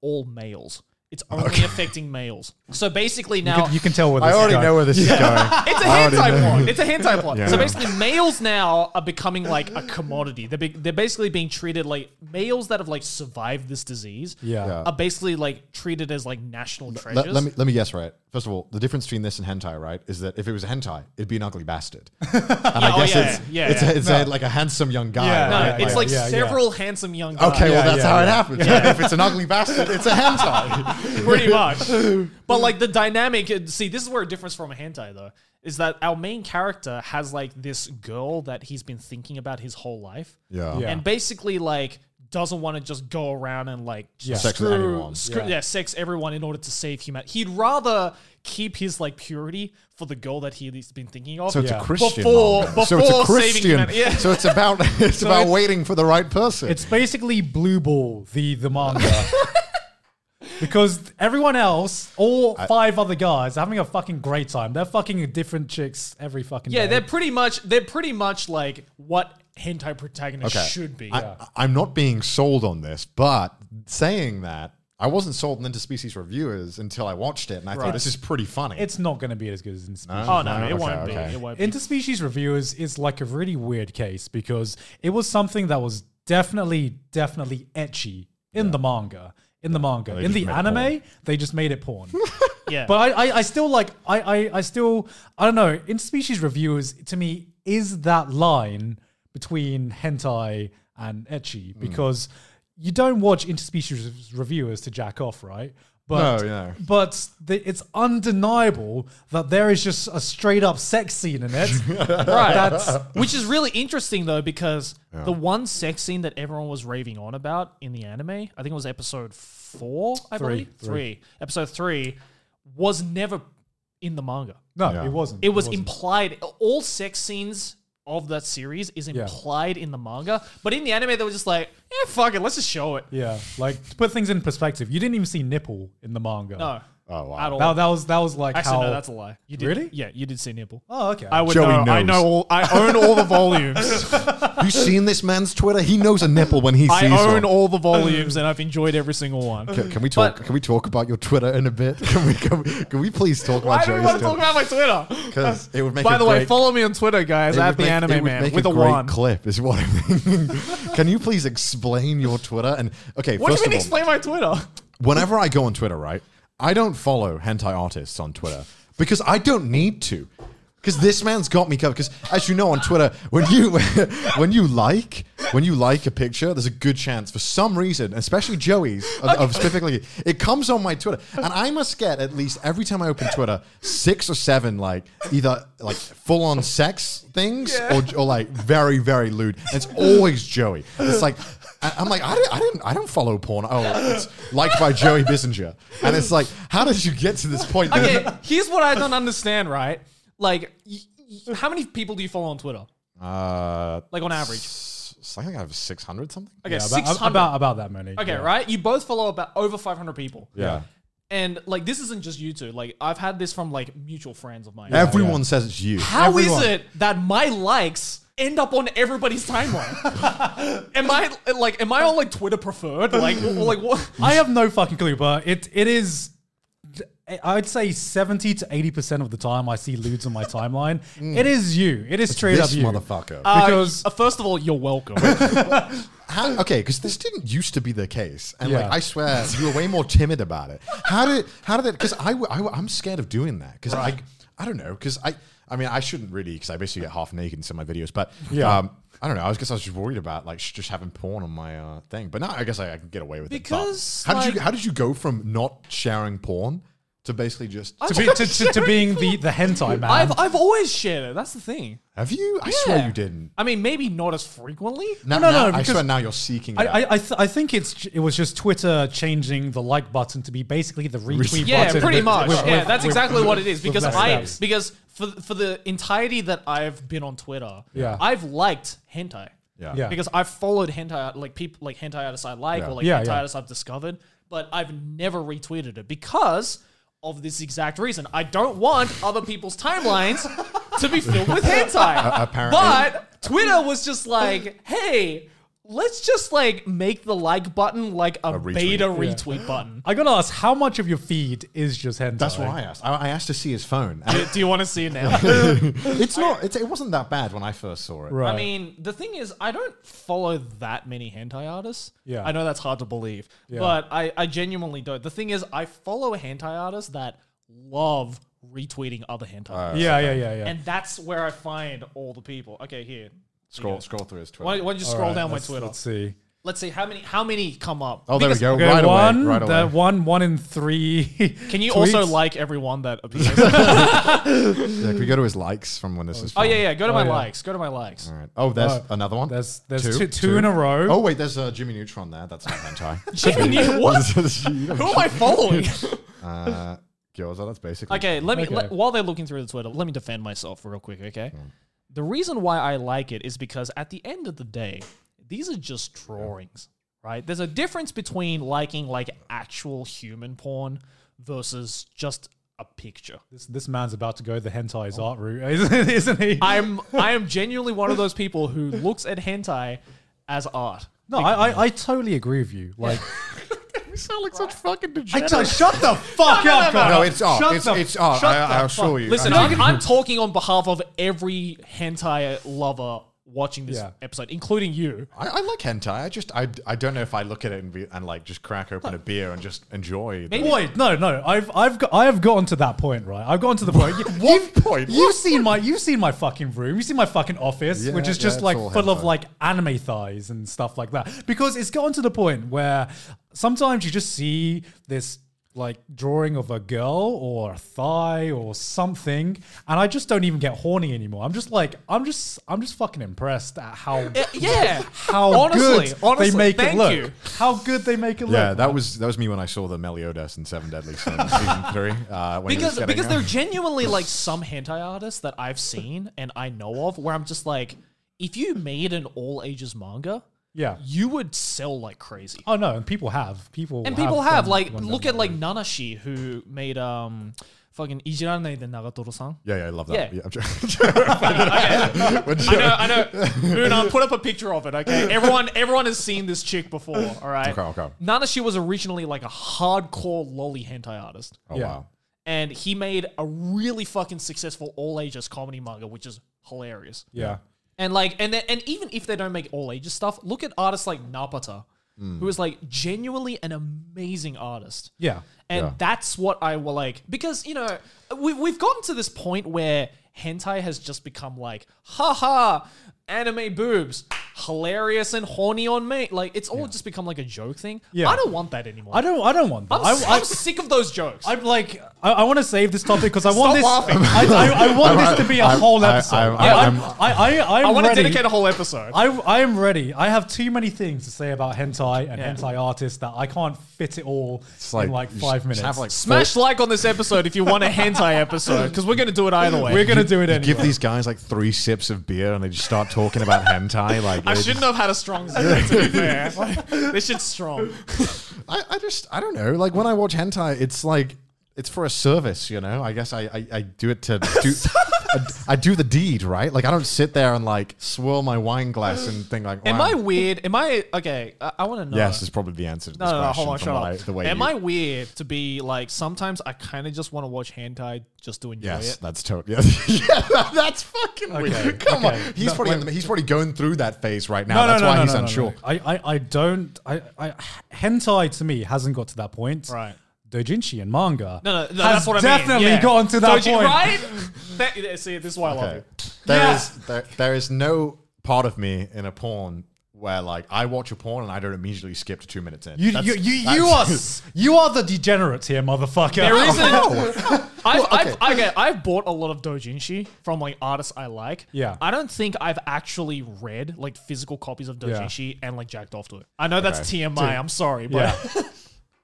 Speaker 3: all males. It's only affecting males. So basically
Speaker 4: You
Speaker 3: now
Speaker 4: can, you can tell where this
Speaker 1: I
Speaker 4: is
Speaker 1: already
Speaker 4: going.
Speaker 1: know where this is going.
Speaker 3: it's a
Speaker 1: I already
Speaker 3: hentai
Speaker 1: know.
Speaker 3: plot. It's a hentai plot.
Speaker 1: Yeah.
Speaker 3: So basically, males now are becoming like a commodity. They're be- they're basically being treated like males that have like survived this disease.
Speaker 4: Yeah.
Speaker 1: Yeah.
Speaker 3: are basically like treated as like national treasures.
Speaker 1: Let, let me let me guess right. First of all, the difference between this and hentai, right, is that if it was a hentai, it'd be an ugly bastard. And
Speaker 3: oh,
Speaker 1: I guess
Speaker 3: yeah,
Speaker 1: it's
Speaker 3: yeah,
Speaker 1: it's,
Speaker 3: yeah.
Speaker 1: A, it's a, like a handsome young guy.
Speaker 4: Yeah,
Speaker 3: no,
Speaker 1: right?
Speaker 4: yeah,
Speaker 3: it's uh, like
Speaker 4: yeah, yeah.
Speaker 3: several handsome young guys.
Speaker 1: okay, well that's
Speaker 4: yeah,
Speaker 1: how it
Speaker 4: yeah.
Speaker 1: happens. if it's an ugly bastard, it's a hentai.
Speaker 3: pretty much. But like the dynamic, uh, see, this is where it differs from a hentai though, is that our main character has like this girl that he's been thinking about his whole life,
Speaker 1: yeah.
Speaker 4: Yeah.
Speaker 3: and basically like doesn't want to just go around and like
Speaker 4: Yeah.
Speaker 1: Sex with anyone.
Speaker 3: screw, screw yeah. sex everyone in order to save humanity. He'd rather keep his like purity for the girl that he's been thinking of.
Speaker 1: So it's
Speaker 4: Yeah.
Speaker 1: a Christian.
Speaker 3: Before-
Speaker 1: manga. so it's a
Speaker 3: before saving
Speaker 1: Christian.
Speaker 3: humanity. Yeah.
Speaker 1: So it's about it's about
Speaker 4: it's-
Speaker 1: waiting for the right person.
Speaker 4: It's basically Blue Ball, the the manga. because everyone else, all five other guys, are having a fucking great time. They're fucking different chicks every fucking
Speaker 3: yeah,
Speaker 4: day.
Speaker 3: they're pretty much they're pretty much like what hentai protagonists
Speaker 1: Okay.
Speaker 3: should be.
Speaker 1: I, I'm not being sold on this, but saying that, I wasn't sold on Interspecies Reviewers until I watched it, and I thought this is pretty funny.
Speaker 4: it's not going to be as good as Interspecies. Uh,
Speaker 3: oh no, it
Speaker 1: Okay,
Speaker 3: won't be.
Speaker 1: okay.
Speaker 3: It won't be.
Speaker 4: Interspecies Reviewers is like a really weird case because it was something that was definitely, definitely etchy in the manga. In the manga.
Speaker 1: they
Speaker 4: In
Speaker 1: just
Speaker 4: the
Speaker 1: made it
Speaker 4: anime,
Speaker 1: porn.
Speaker 4: they just made it porn.
Speaker 3: yeah.
Speaker 4: But I, I, I still like I, I, I still I don't know. Interspecies reviewers to me is that line between hentai
Speaker 1: Hmm.
Speaker 4: and etchy because you don't watch interspecies reviewers to jack off, right? But,
Speaker 1: No, yeah.
Speaker 4: but the, it's undeniable that there is just a straight up sex scene in it.
Speaker 3: Right.
Speaker 4: That's-
Speaker 3: Which is really interesting though, because the one sex scene that everyone was raving on about in the anime, I think it was episode four, I
Speaker 4: Three.
Speaker 3: believe.
Speaker 4: Three.
Speaker 3: Three. Episode three was never in the manga.
Speaker 4: No,
Speaker 1: Yeah.
Speaker 4: it wasn't.
Speaker 3: It was
Speaker 4: wasn't.
Speaker 3: implied all sex scenes of that series is implied in the manga. But in the anime they were just like, yeah, fuck it, let's just show it.
Speaker 4: Yeah, like to put things in perspective, you didn't even see nipple in the manga.
Speaker 3: No.
Speaker 1: Oh, wow.
Speaker 3: At all.
Speaker 4: that, that was that was like
Speaker 3: Actually,
Speaker 4: how.
Speaker 3: no, that's a lie. You did,
Speaker 4: Really?
Speaker 3: Yeah, you did see nipple.
Speaker 4: oh, okay.
Speaker 3: I would
Speaker 1: Joey
Speaker 3: know. I
Speaker 1: knows.
Speaker 3: know all. I own all the volumes.
Speaker 1: you seen this man's Twitter? He knows a nipple when he sees
Speaker 3: I
Speaker 1: one.
Speaker 3: own all the volumes, and I've enjoyed every single one.
Speaker 1: Can, can we talk? can we talk about your Twitter in a bit? Can we? Can we, can we please talk
Speaker 3: Why
Speaker 1: about
Speaker 3: do we
Speaker 1: Joey's
Speaker 3: want to talk
Speaker 1: Twitter?
Speaker 3: about my Twitter?
Speaker 1: 'Cause it would make.
Speaker 3: By
Speaker 1: a
Speaker 3: the way,
Speaker 1: great,
Speaker 3: follow me on Twitter, guys,
Speaker 1: it
Speaker 3: at
Speaker 1: would
Speaker 3: the
Speaker 1: make- it
Speaker 3: Anime
Speaker 1: would
Speaker 3: Man
Speaker 1: make
Speaker 3: with a,
Speaker 1: great
Speaker 3: one.
Speaker 1: Clip is what I'm thinking. can you please explain your Twitter? And okay,
Speaker 3: What do
Speaker 1: first
Speaker 3: you mean
Speaker 1: of all,
Speaker 3: explain my Twitter?
Speaker 1: whenever I go on Twitter, right, I don't follow hentai artists on Twitter because I don't need to. Because this man's got me covered. Because as you know on Twitter, when you when you like when you like a picture, there's a good chance for some reason, especially Joey's of, of specifically, it comes on my Twitter, and I must get at least every time I open Twitter six or seven like either like full on sex things or, or like very very lewd. And it's always Joey. It's like I- I'm like I didn't, I didn't I don't follow porn. Oh, it's liked by Joey Bissinger, and it's like how did you get to this point?
Speaker 3: Okay, here's what I don't understand. Right, like, y- y- how many people do you follow on Twitter?
Speaker 1: Uh,
Speaker 3: Like on average?
Speaker 1: s- I think I have 600 something.
Speaker 3: Okay,
Speaker 4: Yeah, about,
Speaker 3: six hundred.
Speaker 4: about about that many.
Speaker 3: Okay,
Speaker 4: yeah.
Speaker 3: right. You both follow about over five hundred people.
Speaker 1: Yeah.
Speaker 3: And like, this isn't just you two. Like, I've had this from like mutual friends of mine.
Speaker 1: Everyone says it's you.
Speaker 3: How is
Speaker 4: Everyone.
Speaker 3: it that my likes end up on everybody's timeline? am I like, am I on like Twitter preferred? Like, w- like what?
Speaker 4: I have no fucking clue, but it it is. I'd say seventy to eighty percent of the time I see lewds on my timeline.
Speaker 3: Mm.
Speaker 4: It is you. It is straight
Speaker 1: this
Speaker 4: up you,
Speaker 1: motherfucker.
Speaker 4: Because
Speaker 3: Uh, first of all, you're welcome.
Speaker 1: How- okay, because this didn't used to be the case, and like
Speaker 4: Yeah.
Speaker 1: I swear, you were way more timid about it. How did how did it? Because I, w- I w- I'm scared of doing that because I I don't know because I I mean I shouldn't really because I basically get half naked in some of my videos, but
Speaker 4: Yeah.
Speaker 1: Um, I don't know. I was guess I was just worried about like sh- just having porn on my uh, thing, but now I guess I, I can get away with
Speaker 3: Because,
Speaker 1: it. But how did you
Speaker 3: like-
Speaker 1: how did you go from not sharing porn to basically just
Speaker 4: to, be, to, to, to being the the hentai man.
Speaker 3: I've I've always shared it. That's the thing.
Speaker 1: have you? I
Speaker 3: Yeah.
Speaker 1: swear you didn't.
Speaker 3: I mean, maybe not as frequently.
Speaker 1: Now,
Speaker 4: no,
Speaker 1: now-
Speaker 4: no,
Speaker 1: I
Speaker 4: because-
Speaker 1: swear now you're seeking.
Speaker 4: I,
Speaker 1: that.
Speaker 4: I, I, th- I think it's it was just Twitter changing the like button to be basically the retweet
Speaker 3: Yeah,
Speaker 4: button.
Speaker 3: pretty
Speaker 4: with-
Speaker 3: much.
Speaker 4: with-
Speaker 3: yeah,
Speaker 4: with-
Speaker 3: that's
Speaker 4: with-
Speaker 3: exactly what it is. Because
Speaker 4: less
Speaker 3: I
Speaker 4: steps.
Speaker 3: because for for the entirety that I've been on Twitter,
Speaker 4: Yeah.
Speaker 3: I've liked hentai.
Speaker 4: Yeah.
Speaker 3: Because I've followed hentai like people like hentai artists I like
Speaker 1: Yeah.
Speaker 3: or like
Speaker 4: Yeah,
Speaker 3: hentai
Speaker 4: yeah.
Speaker 3: artists I've discovered, but I've never retweeted it because of this exact reason. I don't want other people's timelines to be filled with hentai.
Speaker 1: apparently.
Speaker 3: But Twitter was just like, hey, let's just like make the like button like a,
Speaker 1: retweet.
Speaker 3: beta retweet button.
Speaker 4: I gotta ask, how much of your feed is just hentai?
Speaker 1: That's what I asked. I, I asked to see his phone. and
Speaker 3: Do you want to see it now?
Speaker 1: it's not. It's, it wasn't that bad when I first saw it.
Speaker 4: Right.
Speaker 3: I mean, the thing is, I don't follow that many hentai artists.
Speaker 4: Yeah.
Speaker 3: I know that's hard to believe, but I, I genuinely don't. The thing is, I follow hentai artists that love retweeting other hentai artists.
Speaker 4: Yeah, yeah, yeah, yeah.
Speaker 3: And that's where I find all the people. Okay, here.
Speaker 1: Scroll, scroll through his Twitter.
Speaker 3: Why, why don't you scroll
Speaker 4: Alright,
Speaker 3: down my
Speaker 4: let's-
Speaker 3: Twitter?
Speaker 4: Let's
Speaker 3: Let's,
Speaker 4: see.
Speaker 3: see how many how many come up.
Speaker 1: oh, there we
Speaker 3: Because-
Speaker 1: go.
Speaker 4: Okay,
Speaker 1: right
Speaker 4: one,
Speaker 1: away. Right away.
Speaker 4: the one, one in three.
Speaker 3: Can you
Speaker 4: tweets.
Speaker 3: also like everyone that appears? oh
Speaker 1: Yeah, can we go to his likes from when this is?
Speaker 3: yeah, yeah. Go to my
Speaker 4: Oh, yeah.
Speaker 3: likes. Go to my likes.
Speaker 1: All right. Oh, there's
Speaker 4: Oh,
Speaker 1: another one.
Speaker 4: there's- there's two- two in a row.
Speaker 1: Oh wait, there's uh, Jimmy Neutron there. That's not hentai.
Speaker 3: Jimmy, Neutron- what? Who am I following?
Speaker 1: uh, Gyoza. That's basically.
Speaker 3: Okay, let me
Speaker 4: Okay. Hmm.
Speaker 3: Let, while they're looking through the Twitter, let me defend myself real quick, okay? The reason why I like it is because at the end of the day, these are just drawings, right? There's a difference between liking like actual human porn versus just a picture.
Speaker 4: This, this man's about to go the hentai's art route, isn't isn't he?
Speaker 3: I'm I am genuinely one of those people who looks at hentai as art.
Speaker 4: no, I, I, I totally agree with you. Like,
Speaker 3: You sound like such fucking
Speaker 4: I
Speaker 3: degenerate.
Speaker 4: t- shut the fuck
Speaker 3: no,
Speaker 4: up,
Speaker 3: no,
Speaker 4: Connor.
Speaker 1: No, it's art.
Speaker 4: Shut
Speaker 1: it's,
Speaker 4: the-
Speaker 1: it's art.
Speaker 4: shut
Speaker 1: I, I
Speaker 4: the
Speaker 1: assure you.
Speaker 3: Listen,
Speaker 1: I-
Speaker 3: I'm, I'm talking on behalf of every hentai lover watching this
Speaker 4: Yeah.
Speaker 3: episode, including you.
Speaker 1: I, I like hentai. I just I, I don't know if I look at it and, be, and like just crack open a beer and just enjoy. the-
Speaker 4: Wait, no, no. I've I've got I have gotten to that point, right? I've gotten to the point.
Speaker 1: What
Speaker 4: You've-
Speaker 1: point?
Speaker 4: You've
Speaker 1: What
Speaker 4: seen my you've seen my fucking room. You've seen my fucking office,
Speaker 1: Yeah,
Speaker 4: which is
Speaker 1: yeah,
Speaker 4: just
Speaker 1: it's
Speaker 4: like
Speaker 1: all
Speaker 4: full of
Speaker 1: hentai.
Speaker 4: like anime thighs and stuff like that. Because it's gotten to the point where sometimes you just see this like drawing of a girl or a thigh or something, and I just don't even get horny anymore. I'm just like, I'm just, I'm just fucking impressed at how
Speaker 1: Uh,
Speaker 3: yeah.
Speaker 4: how
Speaker 3: Honestly,
Speaker 4: good
Speaker 3: honestly,
Speaker 4: they make
Speaker 3: thank
Speaker 4: it look.
Speaker 3: you.
Speaker 4: How good they make it
Speaker 1: Yeah,
Speaker 4: look.
Speaker 1: that was that was me when I saw the Meliodas and Seven Deadly Sins season three. Uh, when he was
Speaker 3: because
Speaker 1: getting
Speaker 3: because
Speaker 1: her.
Speaker 3: there are genuinely like some hentai artists that I've seen and I know of where I'm just like, if you made an all ages manga,
Speaker 4: yeah.
Speaker 3: you would sell like crazy.
Speaker 4: Oh no, and people have people
Speaker 3: and people have,
Speaker 4: done-
Speaker 3: like
Speaker 4: done
Speaker 3: look
Speaker 4: that.
Speaker 3: at like Nanashi who made um fucking Ijirane de Nagatoro-san.
Speaker 1: yeah, yeah, I love that.
Speaker 3: Yeah.
Speaker 1: Yeah, I'm joking. We're
Speaker 3: I
Speaker 1: joking.
Speaker 3: know, I know. Unan, put up a picture of it, okay? Everyone, everyone has seen this chick before, all right?
Speaker 1: Okay, okay.
Speaker 3: Nanashi was originally like a hardcore lolly hentai artist,
Speaker 1: Oh
Speaker 4: Yeah.
Speaker 1: wow.
Speaker 3: and he made a really fucking successful all ages comedy manga, which is hilarious.
Speaker 4: yeah.
Speaker 3: And like, and then, and even if they don't make all ages stuff, look at artists like Napata,
Speaker 4: Mm.
Speaker 3: who is like genuinely an amazing artist.
Speaker 4: Yeah.
Speaker 3: And
Speaker 1: Yeah.
Speaker 3: that's what I will like because you know we we've gotten to this point where hentai has just become like haha anime boobs hilarious and horny on me like it's all just become like a joke thing.
Speaker 4: Yeah.
Speaker 3: I don't want that anymore.
Speaker 4: I don't I don't want that.
Speaker 3: I'm,
Speaker 4: I-
Speaker 3: s-
Speaker 4: I-
Speaker 3: I'm sick of those jokes.
Speaker 4: I'm like, I, I want to save this topic because I want this.
Speaker 3: laughing.
Speaker 4: I, I, I want this to be a
Speaker 1: I'm-
Speaker 4: whole
Speaker 1: I- I'm-
Speaker 4: episode.
Speaker 1: I'm-
Speaker 4: I,
Speaker 1: I'm-
Speaker 4: I, I,
Speaker 3: I
Speaker 4: am
Speaker 3: want to
Speaker 4: ready.
Speaker 3: dedicate a whole episode.
Speaker 4: I, I am ready. I have too many things to say about hentai and
Speaker 3: Yeah.
Speaker 4: hentai artists that I can't fit it all
Speaker 1: It's like,
Speaker 4: in like
Speaker 1: you
Speaker 4: five
Speaker 1: just
Speaker 4: minutes.
Speaker 1: Have like
Speaker 3: Smash like on this episode if you want a hentai episode because we're gonna do it either way.
Speaker 4: We're gonna do it
Speaker 1: You
Speaker 4: anyway.
Speaker 1: give these guys like three sips of beer and they just start talking about hentai. Like
Speaker 3: I
Speaker 1: they
Speaker 3: shouldn't
Speaker 1: just-
Speaker 3: have had a strong zero, to be fair. Like, this shit's strong.
Speaker 1: I, I just I don't know. Like when I watch hentai, it's like it's for a service, you know. I guess I I, I do it to do. I, I do the deed, right? Like I don't sit there and like swirl my wine glass and think like.
Speaker 3: Am
Speaker 1: wow.
Speaker 3: I weird? Am I okay? I, I want to know.
Speaker 1: Yes, is probably the answer to this
Speaker 3: No, no, no,
Speaker 1: question.
Speaker 3: hold on,
Speaker 1: from
Speaker 3: shut
Speaker 1: what
Speaker 3: up.
Speaker 1: I- the way
Speaker 3: Am
Speaker 1: you-
Speaker 3: I weird to be like? Sometimes I kind of just want to watch hentai just to enjoy
Speaker 1: Yes,
Speaker 3: it.
Speaker 1: that's totally. Yes. yeah, that- that's fucking weird. Come
Speaker 4: okay.
Speaker 1: on, he's
Speaker 4: No,
Speaker 1: probably in the, he's probably going through that phase right now. that's why he's unsure.
Speaker 4: I, I, I don't. I, I hentai to me hasn't got to that point.
Speaker 3: Right.
Speaker 4: Dojinshi and manga.
Speaker 3: No, no, no
Speaker 4: has
Speaker 3: that's what I mean.
Speaker 4: definitely
Speaker 3: yeah.
Speaker 4: gotten to that
Speaker 3: Doji-
Speaker 4: point.
Speaker 3: right? That- yeah, see, this is why I love
Speaker 1: Okay.
Speaker 3: it.
Speaker 1: There
Speaker 4: Yeah.
Speaker 1: is there, there is no part of me in a porn where like I watch a porn and I don't immediately skip to two minutes in.
Speaker 4: You,
Speaker 1: That's-
Speaker 4: you, you, you
Speaker 1: that's-
Speaker 4: are s- you are the degenerate here, motherfucker.
Speaker 3: There isn't. I've,
Speaker 1: okay.
Speaker 3: I've, okay, I've bought a lot of doujinshi from like artists I like.
Speaker 4: Yeah.
Speaker 3: I don't think I've actually read like physical copies of doujinshi and like jacked off to it. I know that's TMI. I'm sorry, but
Speaker 4: Yeah.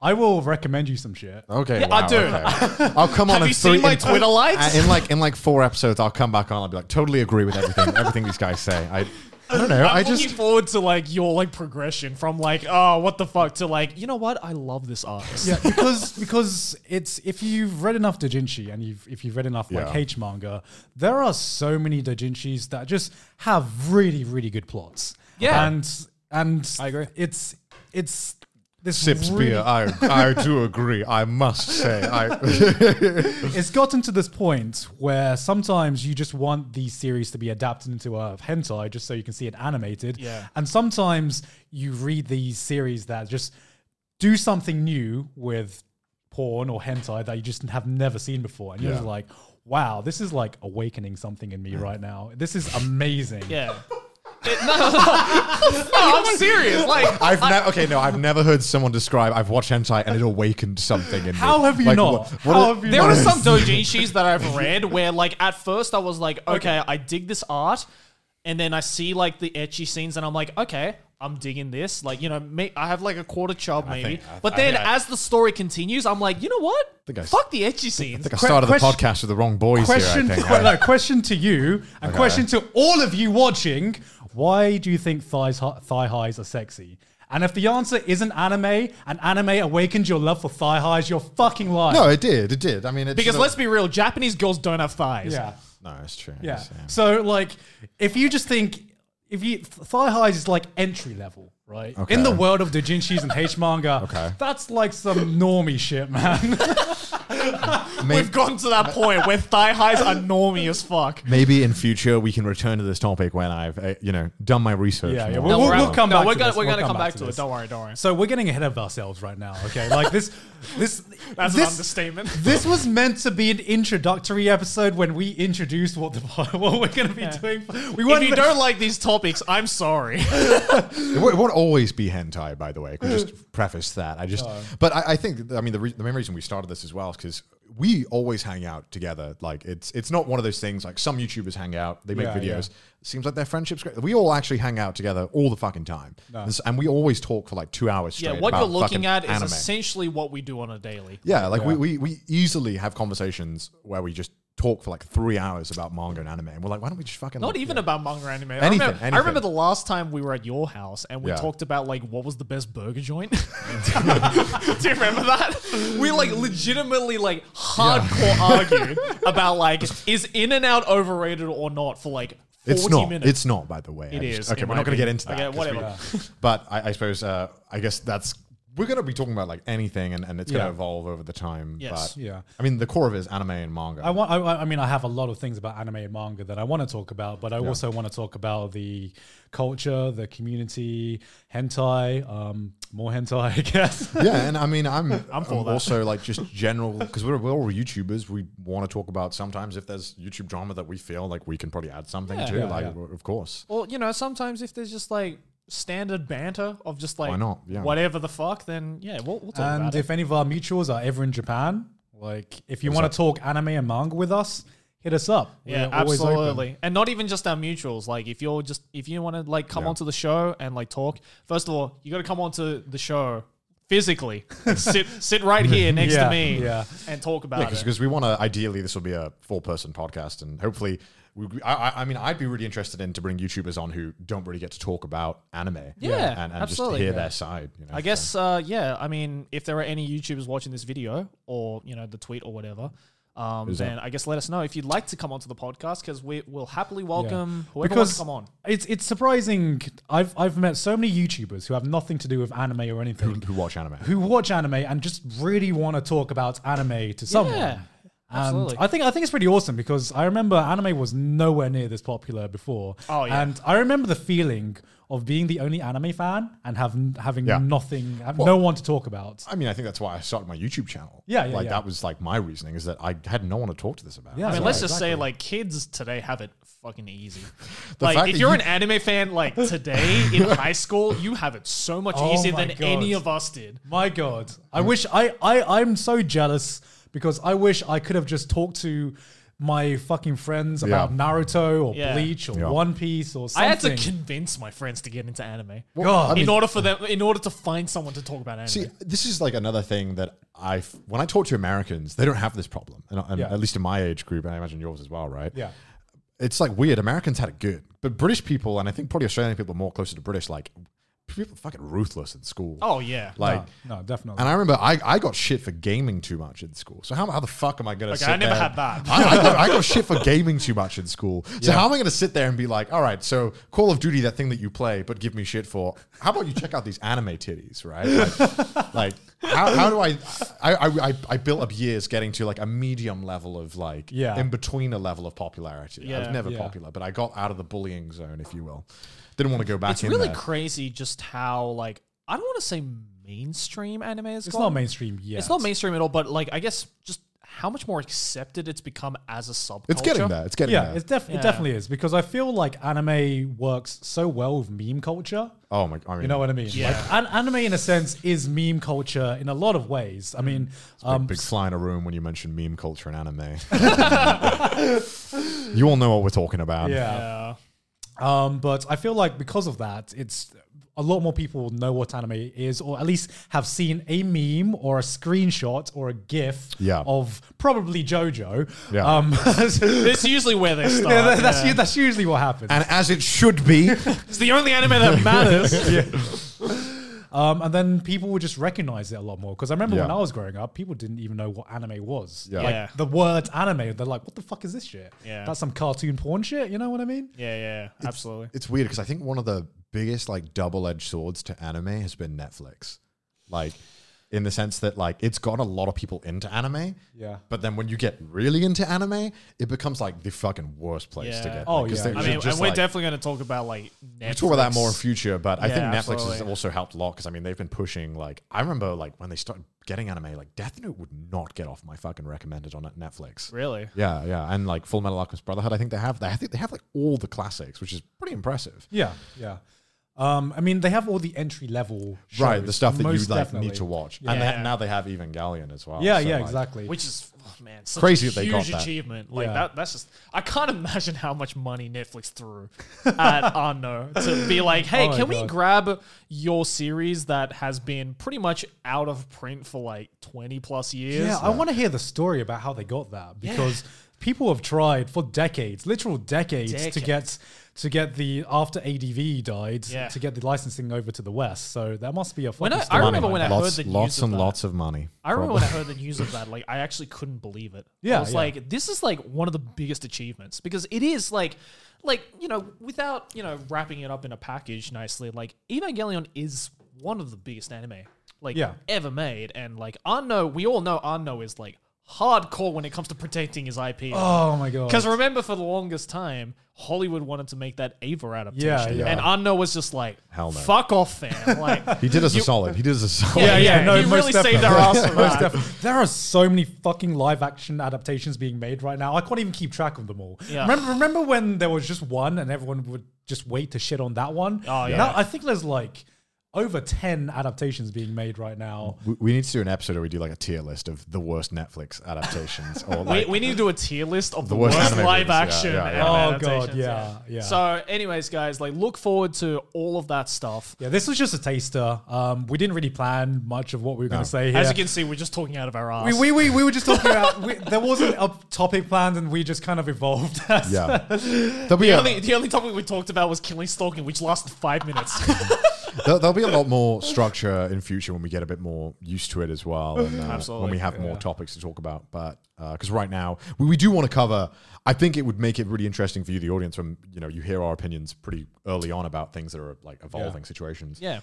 Speaker 4: Oh. I will recommend you some shit.
Speaker 1: Okay,
Speaker 3: I
Speaker 1: wow,
Speaker 3: do.
Speaker 1: okay. I'll come on.
Speaker 3: Have
Speaker 1: in
Speaker 3: you seen
Speaker 1: three-
Speaker 3: my
Speaker 1: in-
Speaker 3: Twitter likes?
Speaker 1: uh, In like in like four episodes, I'll come back on. I'll be like, totally agree with everything everything these guys say. I, I don't know.
Speaker 3: Uh,
Speaker 1: I
Speaker 3: I'm looking
Speaker 1: just
Speaker 3: forward to like your like progression from like oh what the fuck to like you know what I love this artist.
Speaker 4: Yeah, because because it's if you've read enough doujinshi and you've if you've read enough like
Speaker 1: Yeah.
Speaker 4: H manga, there are so many doujinshis that just have really really good plots.
Speaker 3: Yeah.
Speaker 4: and and
Speaker 3: I agree.
Speaker 4: It's it's this
Speaker 1: sips
Speaker 4: really-
Speaker 1: beer. I I do agree. I must say. I
Speaker 4: It's gotten to this point where sometimes you just want these series to be adapted into a hentai just so you can see it animated.
Speaker 3: Yeah.
Speaker 4: And sometimes you read these series that just do something new with porn or hentai that you just have never seen before. And you're just
Speaker 1: Yeah.
Speaker 4: like, wow, this is like awakening something in me right now. This is amazing.
Speaker 3: Yeah. It- no, no, no. No, I'm serious. Like
Speaker 1: I've never okay no I've never heard someone describe I've watched hentai and it awakened something in
Speaker 4: How
Speaker 1: me.
Speaker 4: have you
Speaker 1: Like,
Speaker 4: not?
Speaker 1: what- what
Speaker 4: How
Speaker 1: are-
Speaker 4: have you
Speaker 3: there
Speaker 4: not?
Speaker 3: are some doujinshis that I've read where like at first I was like okay, I dig this art and then I see like the etchy scenes and I'm like okay, I'm digging this. Like you know, may, I have like a quarter chub maybe.
Speaker 1: think- I-
Speaker 3: but
Speaker 1: I
Speaker 3: then
Speaker 1: think I-
Speaker 3: as the story continues, I'm like, you know what?
Speaker 1: think I s-
Speaker 3: Fuck the etchy scenes.
Speaker 1: I think I
Speaker 4: Que-
Speaker 1: started
Speaker 4: question-
Speaker 1: the podcast with the wrong boys
Speaker 4: question,
Speaker 1: here. I think.
Speaker 4: que-
Speaker 1: I-
Speaker 4: no, question to you and question to all of you watching why do you think thighs hi- thigh highs are sexy and if the answer isn't anime and anime awakened your love for thigh highs you're fucking lying
Speaker 1: no, it did. It did. I mean, it's
Speaker 3: because
Speaker 1: not-
Speaker 3: let's be real, Japanese girls don't have thighs.
Speaker 4: yeah
Speaker 1: No, it's true.
Speaker 4: yeah
Speaker 1: It's, yeah.
Speaker 4: so like if you just think if you th- thigh highs is like entry level right
Speaker 1: Okay.
Speaker 4: in the world of doujinshis and h manga
Speaker 1: Okay.
Speaker 4: that's like some normie shit man
Speaker 1: Maybe,
Speaker 3: We've gotten to that point where thigh highs are normy as fuck.
Speaker 1: maybe in future we can return to this topic when I've uh, you know done my research.
Speaker 4: Yeah, yeah,
Speaker 1: more.
Speaker 4: we'll- we'll-
Speaker 3: we're-
Speaker 4: we'll come
Speaker 3: no,
Speaker 4: back
Speaker 3: We're
Speaker 4: to
Speaker 3: gonna,
Speaker 4: this.
Speaker 3: we're
Speaker 4: We'll
Speaker 3: gonna
Speaker 4: come
Speaker 3: come
Speaker 4: back
Speaker 3: back
Speaker 4: to
Speaker 3: to it.
Speaker 4: this.
Speaker 3: Don't worry. Don't worry.
Speaker 4: So we're getting ahead of ourselves right now. Okay, like this, this,
Speaker 3: That's
Speaker 4: this,
Speaker 3: an understatement.
Speaker 4: This was meant to be an introductory episode when we introduced what the what we're going to be doing. We
Speaker 3: If
Speaker 4: weren't.
Speaker 3: you don't like these topics, I'm sorry.
Speaker 1: It won't, it won't always be hentai, by the way. Can we
Speaker 4: Mm.
Speaker 1: just preface that. I just, but I, I think I mean the, re- the main reason we started this as well is because we always hang out together. Like it's it's not one of those things like some YouTubers hang out, they make
Speaker 4: Yeah,
Speaker 1: videos. Seems like their friendship's great. We all actually hang out together all the fucking time, This- and we always talk for like two hours straight.
Speaker 3: yeah, what
Speaker 1: about
Speaker 3: you're looking
Speaker 1: fucking
Speaker 3: at is
Speaker 1: anime.
Speaker 3: essentially what we do on a daily.
Speaker 1: yeah, like We, we we easily have conversations where we just talk for like three hours about manga and anime, and we're like, why don't we just fucking
Speaker 3: Not
Speaker 1: like-
Speaker 3: even about manga anime. I,
Speaker 1: Anything,
Speaker 3: remember, I
Speaker 1: anything.
Speaker 3: remember the last time we were at your house and we
Speaker 1: Yeah.
Speaker 3: talked about like what was the best burger joint. Do you remember that? We like legitimately like hardcore argued about like is In and Out overrated or not for like forty
Speaker 1: It's not.
Speaker 3: minutes.
Speaker 1: It's not, by the way.
Speaker 3: It
Speaker 1: I just-
Speaker 3: is,
Speaker 1: Okay,
Speaker 3: in
Speaker 1: we're
Speaker 3: my
Speaker 1: not going to get
Speaker 3: opinion.
Speaker 1: into that. 'cause
Speaker 3: Okay,
Speaker 1: we-
Speaker 3: whatever.
Speaker 1: but I, I suppose uh, I guess that's we're going to be talking about like anything, and, and it's going
Speaker 4: Yeah.
Speaker 1: to evolve over the time.
Speaker 3: Yes.
Speaker 1: But
Speaker 4: Yeah.
Speaker 1: I mean, the core of it is anime and manga.
Speaker 4: I want. I, I mean, I have a lot of things about anime and manga that I want to talk about, but I also want to talk about the culture, the community, hentai, um, more hentai, I guess.
Speaker 1: yeah, and I mean, I'm I'm, also like just general because we're, we're all YouTubers. We want to talk about sometimes if there's YouTube drama that we feel like we can probably add something to.
Speaker 4: yeah,
Speaker 1: like,
Speaker 4: yeah.
Speaker 1: w- of course,
Speaker 3: Well, you know, sometimes if there's just like standard banter of just like
Speaker 1: Why not? Yeah.
Speaker 3: whatever the fuck, then yeah, we'll, we'll talk
Speaker 4: and
Speaker 3: about
Speaker 4: if
Speaker 3: it.
Speaker 4: any of our mutuals are ever in Japan, like if you want to talk anime and manga with us, hit us up.
Speaker 3: Yeah,
Speaker 4: We're always open.
Speaker 3: absolutely. And not even just our mutuals. Like if you're just if you want to like come
Speaker 1: Yeah.
Speaker 3: onto the show and like talk, first of all, you got to come onto the show physically. sit sit right here next
Speaker 4: Yeah,
Speaker 3: to me
Speaker 4: yeah.
Speaker 3: and talk about
Speaker 1: yeah,
Speaker 3: it.
Speaker 1: because we want to. Ideally, this will be a four person podcast, and hopefully. We, I, I- I mean, I'd be really interested in to bring YouTubers on who don't really get to talk about anime,
Speaker 3: Yeah,
Speaker 1: and, and just
Speaker 3: absolutely.
Speaker 1: hear
Speaker 3: Yeah.
Speaker 1: their side. You know,
Speaker 3: I guess, uh, yeah. I mean, if there are any YouTubers watching this video or you know the tweet or whatever, um, then I guess let us know if you'd like to come onto the podcast because we will happily welcome whoever wants to come on.
Speaker 4: It's it's surprising. I've I've met so many YouTubers who have nothing to do with anime or anything
Speaker 1: who watch anime.
Speaker 4: who watch anime and just really want to talk about anime to someone.
Speaker 3: Yeah,
Speaker 4: And
Speaker 3: absolutely.
Speaker 4: I think I think it's pretty awesome because I remember anime was nowhere near this popular before.
Speaker 3: Oh, yeah.
Speaker 4: And I remember the feeling of being the only anime fan and have, having
Speaker 1: Yeah.
Speaker 4: nothing, have no one to talk about.
Speaker 1: I mean, I think that's why I started my YouTube channel.
Speaker 4: Yeah, yeah,
Speaker 1: Like
Speaker 4: yeah.
Speaker 1: that was like my reasoning is that I had no one to talk to this about.
Speaker 4: Yeah.
Speaker 3: I mean,
Speaker 4: Right,
Speaker 3: let's just say
Speaker 4: exactly.
Speaker 3: like kids today have it fucking easy.
Speaker 1: The fact
Speaker 3: like if
Speaker 1: that
Speaker 3: you're
Speaker 1: you-
Speaker 3: an anime fan, like today in high school, you have it so much
Speaker 4: Oh
Speaker 3: easier
Speaker 4: my
Speaker 3: than
Speaker 4: God.
Speaker 3: any of us did.
Speaker 4: My God, I wish I, I I'm so jealous because I wish I could have just talked to my fucking friends about
Speaker 1: Yeah.
Speaker 4: Naruto or
Speaker 3: Yeah.
Speaker 4: Bleach or
Speaker 1: Yeah.
Speaker 4: One Piece or something.
Speaker 3: I had to convince my friends to get into anime
Speaker 4: God.
Speaker 1: I mean-
Speaker 3: in order for them, in order to find someone to talk about anime.
Speaker 1: See, this is like another thing that I, f- when I talk to Americans, they don't have this problem, and, and
Speaker 4: Yeah.
Speaker 1: at least in my age group, and I imagine yours as well, right?
Speaker 4: yeah.
Speaker 1: It's like weird. Americans had it good, but British people, and I think probably Australian people are more closer to British. Like people are fucking ruthless in school.
Speaker 3: oh yeah,
Speaker 1: like.
Speaker 4: No, definitely.
Speaker 1: And I remember I, I got shit for gaming too much in school. So how, how the fuck am I gonna?
Speaker 3: Okay,
Speaker 1: sit
Speaker 3: I never
Speaker 1: there-
Speaker 3: had that.
Speaker 1: I, I got, I got shit for gaming too much in school. So how am I gonna sit there and be like, all right, so Call of Duty, that thing that you play, but give me shit for? How about you check out these anime titties, right? Like, like, how, how do I I, I I I built up years getting to like a medium level of like
Speaker 4: Yeah.
Speaker 1: in between a level of popularity. I was
Speaker 3: Yeah.
Speaker 1: never
Speaker 4: Yeah.
Speaker 1: popular, but I got out of the bullying zone, if you will. Didn't want to go back.
Speaker 3: it's
Speaker 1: in
Speaker 3: really
Speaker 1: there.
Speaker 3: crazy just how like I don't want to say mainstream anime is.
Speaker 4: it's not mainstream yet.
Speaker 3: It's not mainstream at all, but like I guess just how much more accepted it's become as a subculture.
Speaker 1: It's getting there. It's getting
Speaker 4: Yeah,
Speaker 1: there.
Speaker 4: it's def- it
Speaker 3: Yeah.
Speaker 4: definitely is because I feel like anime works so well with meme culture.
Speaker 1: oh my! I mean,
Speaker 4: You know what I mean?
Speaker 3: Yeah.
Speaker 4: Like, an- anime, in a sense, is meme culture in a lot of ways. I mean, um,
Speaker 1: Big fly in a room when you mention meme culture and anime. you all know what we're talking about.
Speaker 4: yeah.
Speaker 3: Yeah.
Speaker 4: Um, but I feel like because of that, it's a lot more people know what anime is, or at least have seen a meme or a screenshot or a GIF
Speaker 1: Yeah.
Speaker 4: of probably JoJo.
Speaker 1: Yeah.
Speaker 4: Um, yeah,
Speaker 3: That's usually where they start.
Speaker 4: that- that's,
Speaker 3: yeah.
Speaker 4: u- that's usually what happens.
Speaker 1: And as it should be,
Speaker 3: It's the only anime that matters.
Speaker 4: Um, and then people would just recognize it a lot more. Because I remember when
Speaker 1: Yeah.
Speaker 4: I was growing up, people didn't even know what anime was.
Speaker 1: Yeah.
Speaker 4: Like
Speaker 3: Yeah.
Speaker 4: the word anime, they're like, what the fuck is this shit?
Speaker 3: Yeah.
Speaker 4: That's some cartoon porn shit. You know what I mean?
Speaker 3: Yeah, yeah, absolutely.
Speaker 1: it's weird because I think one of the biggest like double-edged swords to anime has been Netflix. Like in the sense that like it's gotten a lot of people into anime.
Speaker 4: Yeah.
Speaker 1: But then when you get really into anime, it becomes like the fucking worst place to
Speaker 3: Yeah.
Speaker 1: get.
Speaker 4: Oh,
Speaker 1: like, 'cause
Speaker 4: yeah.
Speaker 1: they're
Speaker 3: I mean, and
Speaker 1: just,
Speaker 3: we're
Speaker 1: like-
Speaker 3: definitely going to talk about like Netflix.
Speaker 1: We'll talk about that more in future, but I
Speaker 3: Yeah,
Speaker 1: think Netflix has
Speaker 3: absolutely.
Speaker 1: also helped a lot because I mean they've been pushing like I remember like when they started getting anime, like Death Note would not get off my fucking recommended on Netflix.
Speaker 3: Really?
Speaker 1: Yeah, yeah, and like Full Metal Alchemist Brotherhood, I think they have. They, I think they have like all the classics, which is pretty impressive.
Speaker 4: Yeah, yeah. Um, I mean, they have all the entry level,
Speaker 1: right,
Speaker 4: shows,
Speaker 1: the stuff that you like
Speaker 4: most
Speaker 1: need
Speaker 4: definitely.
Speaker 1: to watch, and they ha-
Speaker 3: Yeah.
Speaker 1: now they have Evangelion as well.
Speaker 4: Yeah,
Speaker 1: so,
Speaker 4: yeah,
Speaker 1: like,
Speaker 4: exactly.
Speaker 3: Which is oh, man, such
Speaker 1: Crazy
Speaker 3: a
Speaker 1: that they
Speaker 3: huge
Speaker 1: got that.
Speaker 3: achievement. Like
Speaker 4: Yeah.
Speaker 3: that. That's just I can't imagine how much money Netflix threw at Arno to be like, hey,
Speaker 4: Oh my
Speaker 3: can we
Speaker 4: God.
Speaker 3: grab your series that has been pretty much out of print for like twenty plus years?
Speaker 4: yeah, I want to hear the story about how they got that because people have tried for decades, literal decades, to get to get the after ADV died
Speaker 3: Yeah.
Speaker 4: to get the licensing over to the West. So that must be a
Speaker 3: When
Speaker 4: fucking
Speaker 3: I- I
Speaker 4: story.
Speaker 3: remember when I heard
Speaker 1: lots,
Speaker 3: the news
Speaker 1: lots
Speaker 3: of
Speaker 1: and
Speaker 3: that.
Speaker 1: lots of money.
Speaker 3: I remember
Speaker 1: Probably.
Speaker 3: when I heard the news of that, like I actually couldn't believe it. I
Speaker 4: Yeah,
Speaker 3: was
Speaker 4: yeah.
Speaker 3: like, this is like one of the biggest achievements because it is like, like you know, without you know wrapping it up in a package nicely, like Evangelion is one of the biggest anime like
Speaker 4: Yeah.
Speaker 3: ever made, and like Arno, we all know Arno is like hardcore when it comes to protecting his IP.
Speaker 4: oh my god,
Speaker 3: Because remember, for the longest time, Hollywood wanted to make that Ava adaptation,
Speaker 4: yeah.
Speaker 3: and Arno was just like,
Speaker 1: Hell no.
Speaker 3: "Fuck off, fam!" Like,
Speaker 1: he did us a solid. He did us a solid.
Speaker 3: yeah, yeah, he
Speaker 4: most
Speaker 3: really saved
Speaker 4: definitely.
Speaker 3: our ass for
Speaker 4: Most
Speaker 3: that.
Speaker 4: definitely. There are so many fucking live action adaptations being made right now. I can't even keep track of them all.
Speaker 3: Yeah.
Speaker 4: Remember, remember when there was just one and everyone would just wait to shit on that one?
Speaker 3: Oh, yeah.
Speaker 4: Now, I think there's like over 10 adaptations being made right now.
Speaker 1: We, we need to do an episode where we do like a tier list of the worst Netflix adaptations, or like
Speaker 3: we, we need to do a tier list of the,
Speaker 1: worst
Speaker 3: worst,
Speaker 1: anime movies,
Speaker 3: live
Speaker 1: yeah,
Speaker 3: action.
Speaker 1: yeah, yeah.
Speaker 3: anime
Speaker 4: Oh, God,
Speaker 3: adaptations,
Speaker 4: yeah, yeah.
Speaker 3: So, anyways, guys, like, look forward to all of that stuff.
Speaker 4: Yeah, this was just a taster. Um, we didn't really plan much of what we were going to say here.
Speaker 3: As you can see, we're just talking out of our ass.
Speaker 4: we, we, we, we were just talking about, we, there wasn't a topic planned and we just kind of evolved. as-
Speaker 1: yeah. There'll be
Speaker 3: the,
Speaker 1: a-
Speaker 3: only, the only topic we talked about was killing stalking, which lasted five minutes.
Speaker 1: There- There'll be a lot more structure in future when we get a bit more used to it as well. And, uh,
Speaker 3: Absolutely.
Speaker 1: When we have more topics to talk about. But because right now we, we do want to cover, I think it would make it really interesting for you, the audience, when you know you hear our opinions pretty early on about things that are like evolving situations.
Speaker 3: yeah.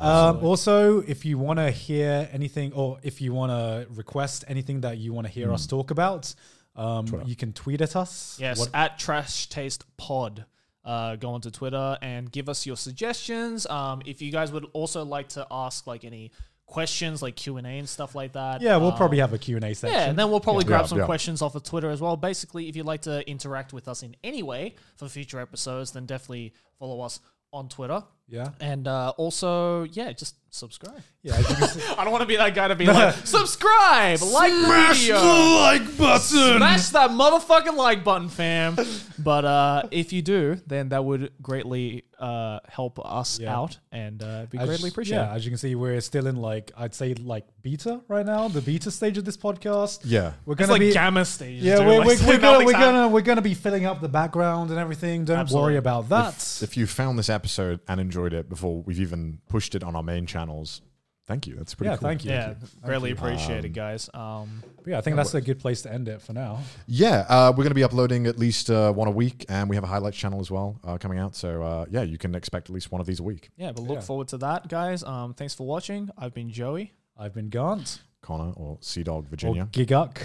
Speaker 4: Um, also, if you want to hear anything or if you want to request anything that you want to hear us
Speaker 1: Hmm.
Speaker 4: talk about, um, you can tweet at us.
Speaker 3: Yes,
Speaker 4: What-
Speaker 3: at Trash Taste Pod. Uh, go onto Twitter and give us your suggestions. Um, if you guys would also like to ask like any questions, like Q and A and stuff like that.
Speaker 4: yeah, we'll
Speaker 3: um,
Speaker 4: probably have a Q&A section.
Speaker 3: Yeah, and then we'll probably grab
Speaker 1: Yeah,
Speaker 3: some
Speaker 1: yeah.
Speaker 3: questions off of Twitter as well. Basically, if you'd like to interact with us in any way for future episodes, then definitely follow us on Twitter.
Speaker 4: Yeah.
Speaker 3: And uh, also, yeah, just subscribe.
Speaker 4: yeah, as you can see-
Speaker 3: I don't want to be that guy to be like, subscribe, like the video,
Speaker 4: like button.
Speaker 3: smash that motherfucking like button, fam. But uh, if you do, then that would greatly uh, help us
Speaker 4: Yeah.
Speaker 3: out and uh, be
Speaker 4: As-
Speaker 3: greatly appreciated.
Speaker 4: Yeah, as you can see, we're still in like I'd say like beta right now, the beta stage of this podcast.
Speaker 1: Yeah.
Speaker 4: we're
Speaker 3: It's
Speaker 4: gonna
Speaker 3: like
Speaker 4: be
Speaker 3: gamma stages.
Speaker 4: yeah,
Speaker 3: dude.
Speaker 4: we're,
Speaker 3: Like,
Speaker 4: we're, we're gonna, we're
Speaker 3: nothing's happening.
Speaker 4: gonna we're gonna be filling up the background and everything. Don't
Speaker 3: Absolutely.
Speaker 4: worry about that.
Speaker 1: If you found this episode and enjoyed it before we've even pushed it on our main channels, thank you. That's pretty
Speaker 4: yeah,
Speaker 1: cool.
Speaker 4: thank you.
Speaker 3: Yeah,
Speaker 4: Thank you.
Speaker 3: greatly appreciated, guys. Um,
Speaker 4: But yeah, I think that's a good place to end it for now.
Speaker 1: Yeah, uh, we're going to be uploading at least uh, one a week, and we have a highlights channel as well uh, coming out. So uh, yeah, you can expect at least one of these a week.
Speaker 3: Yeah, but look forward to that, guys. Um, thanks for watching. I've been Joey.
Speaker 4: I've been Gant.
Speaker 1: Connor or Sea Dog
Speaker 4: or
Speaker 1: Virginia.
Speaker 4: Giguck.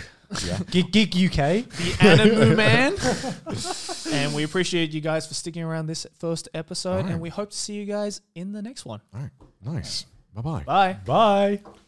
Speaker 4: Gig, Gig UK.
Speaker 3: Animu Man. and we appreciate you guys for sticking around this first episode. And we hope to see you guys in the next one.
Speaker 1: All right, nice. Bye bye.
Speaker 3: Bye.
Speaker 4: Bye.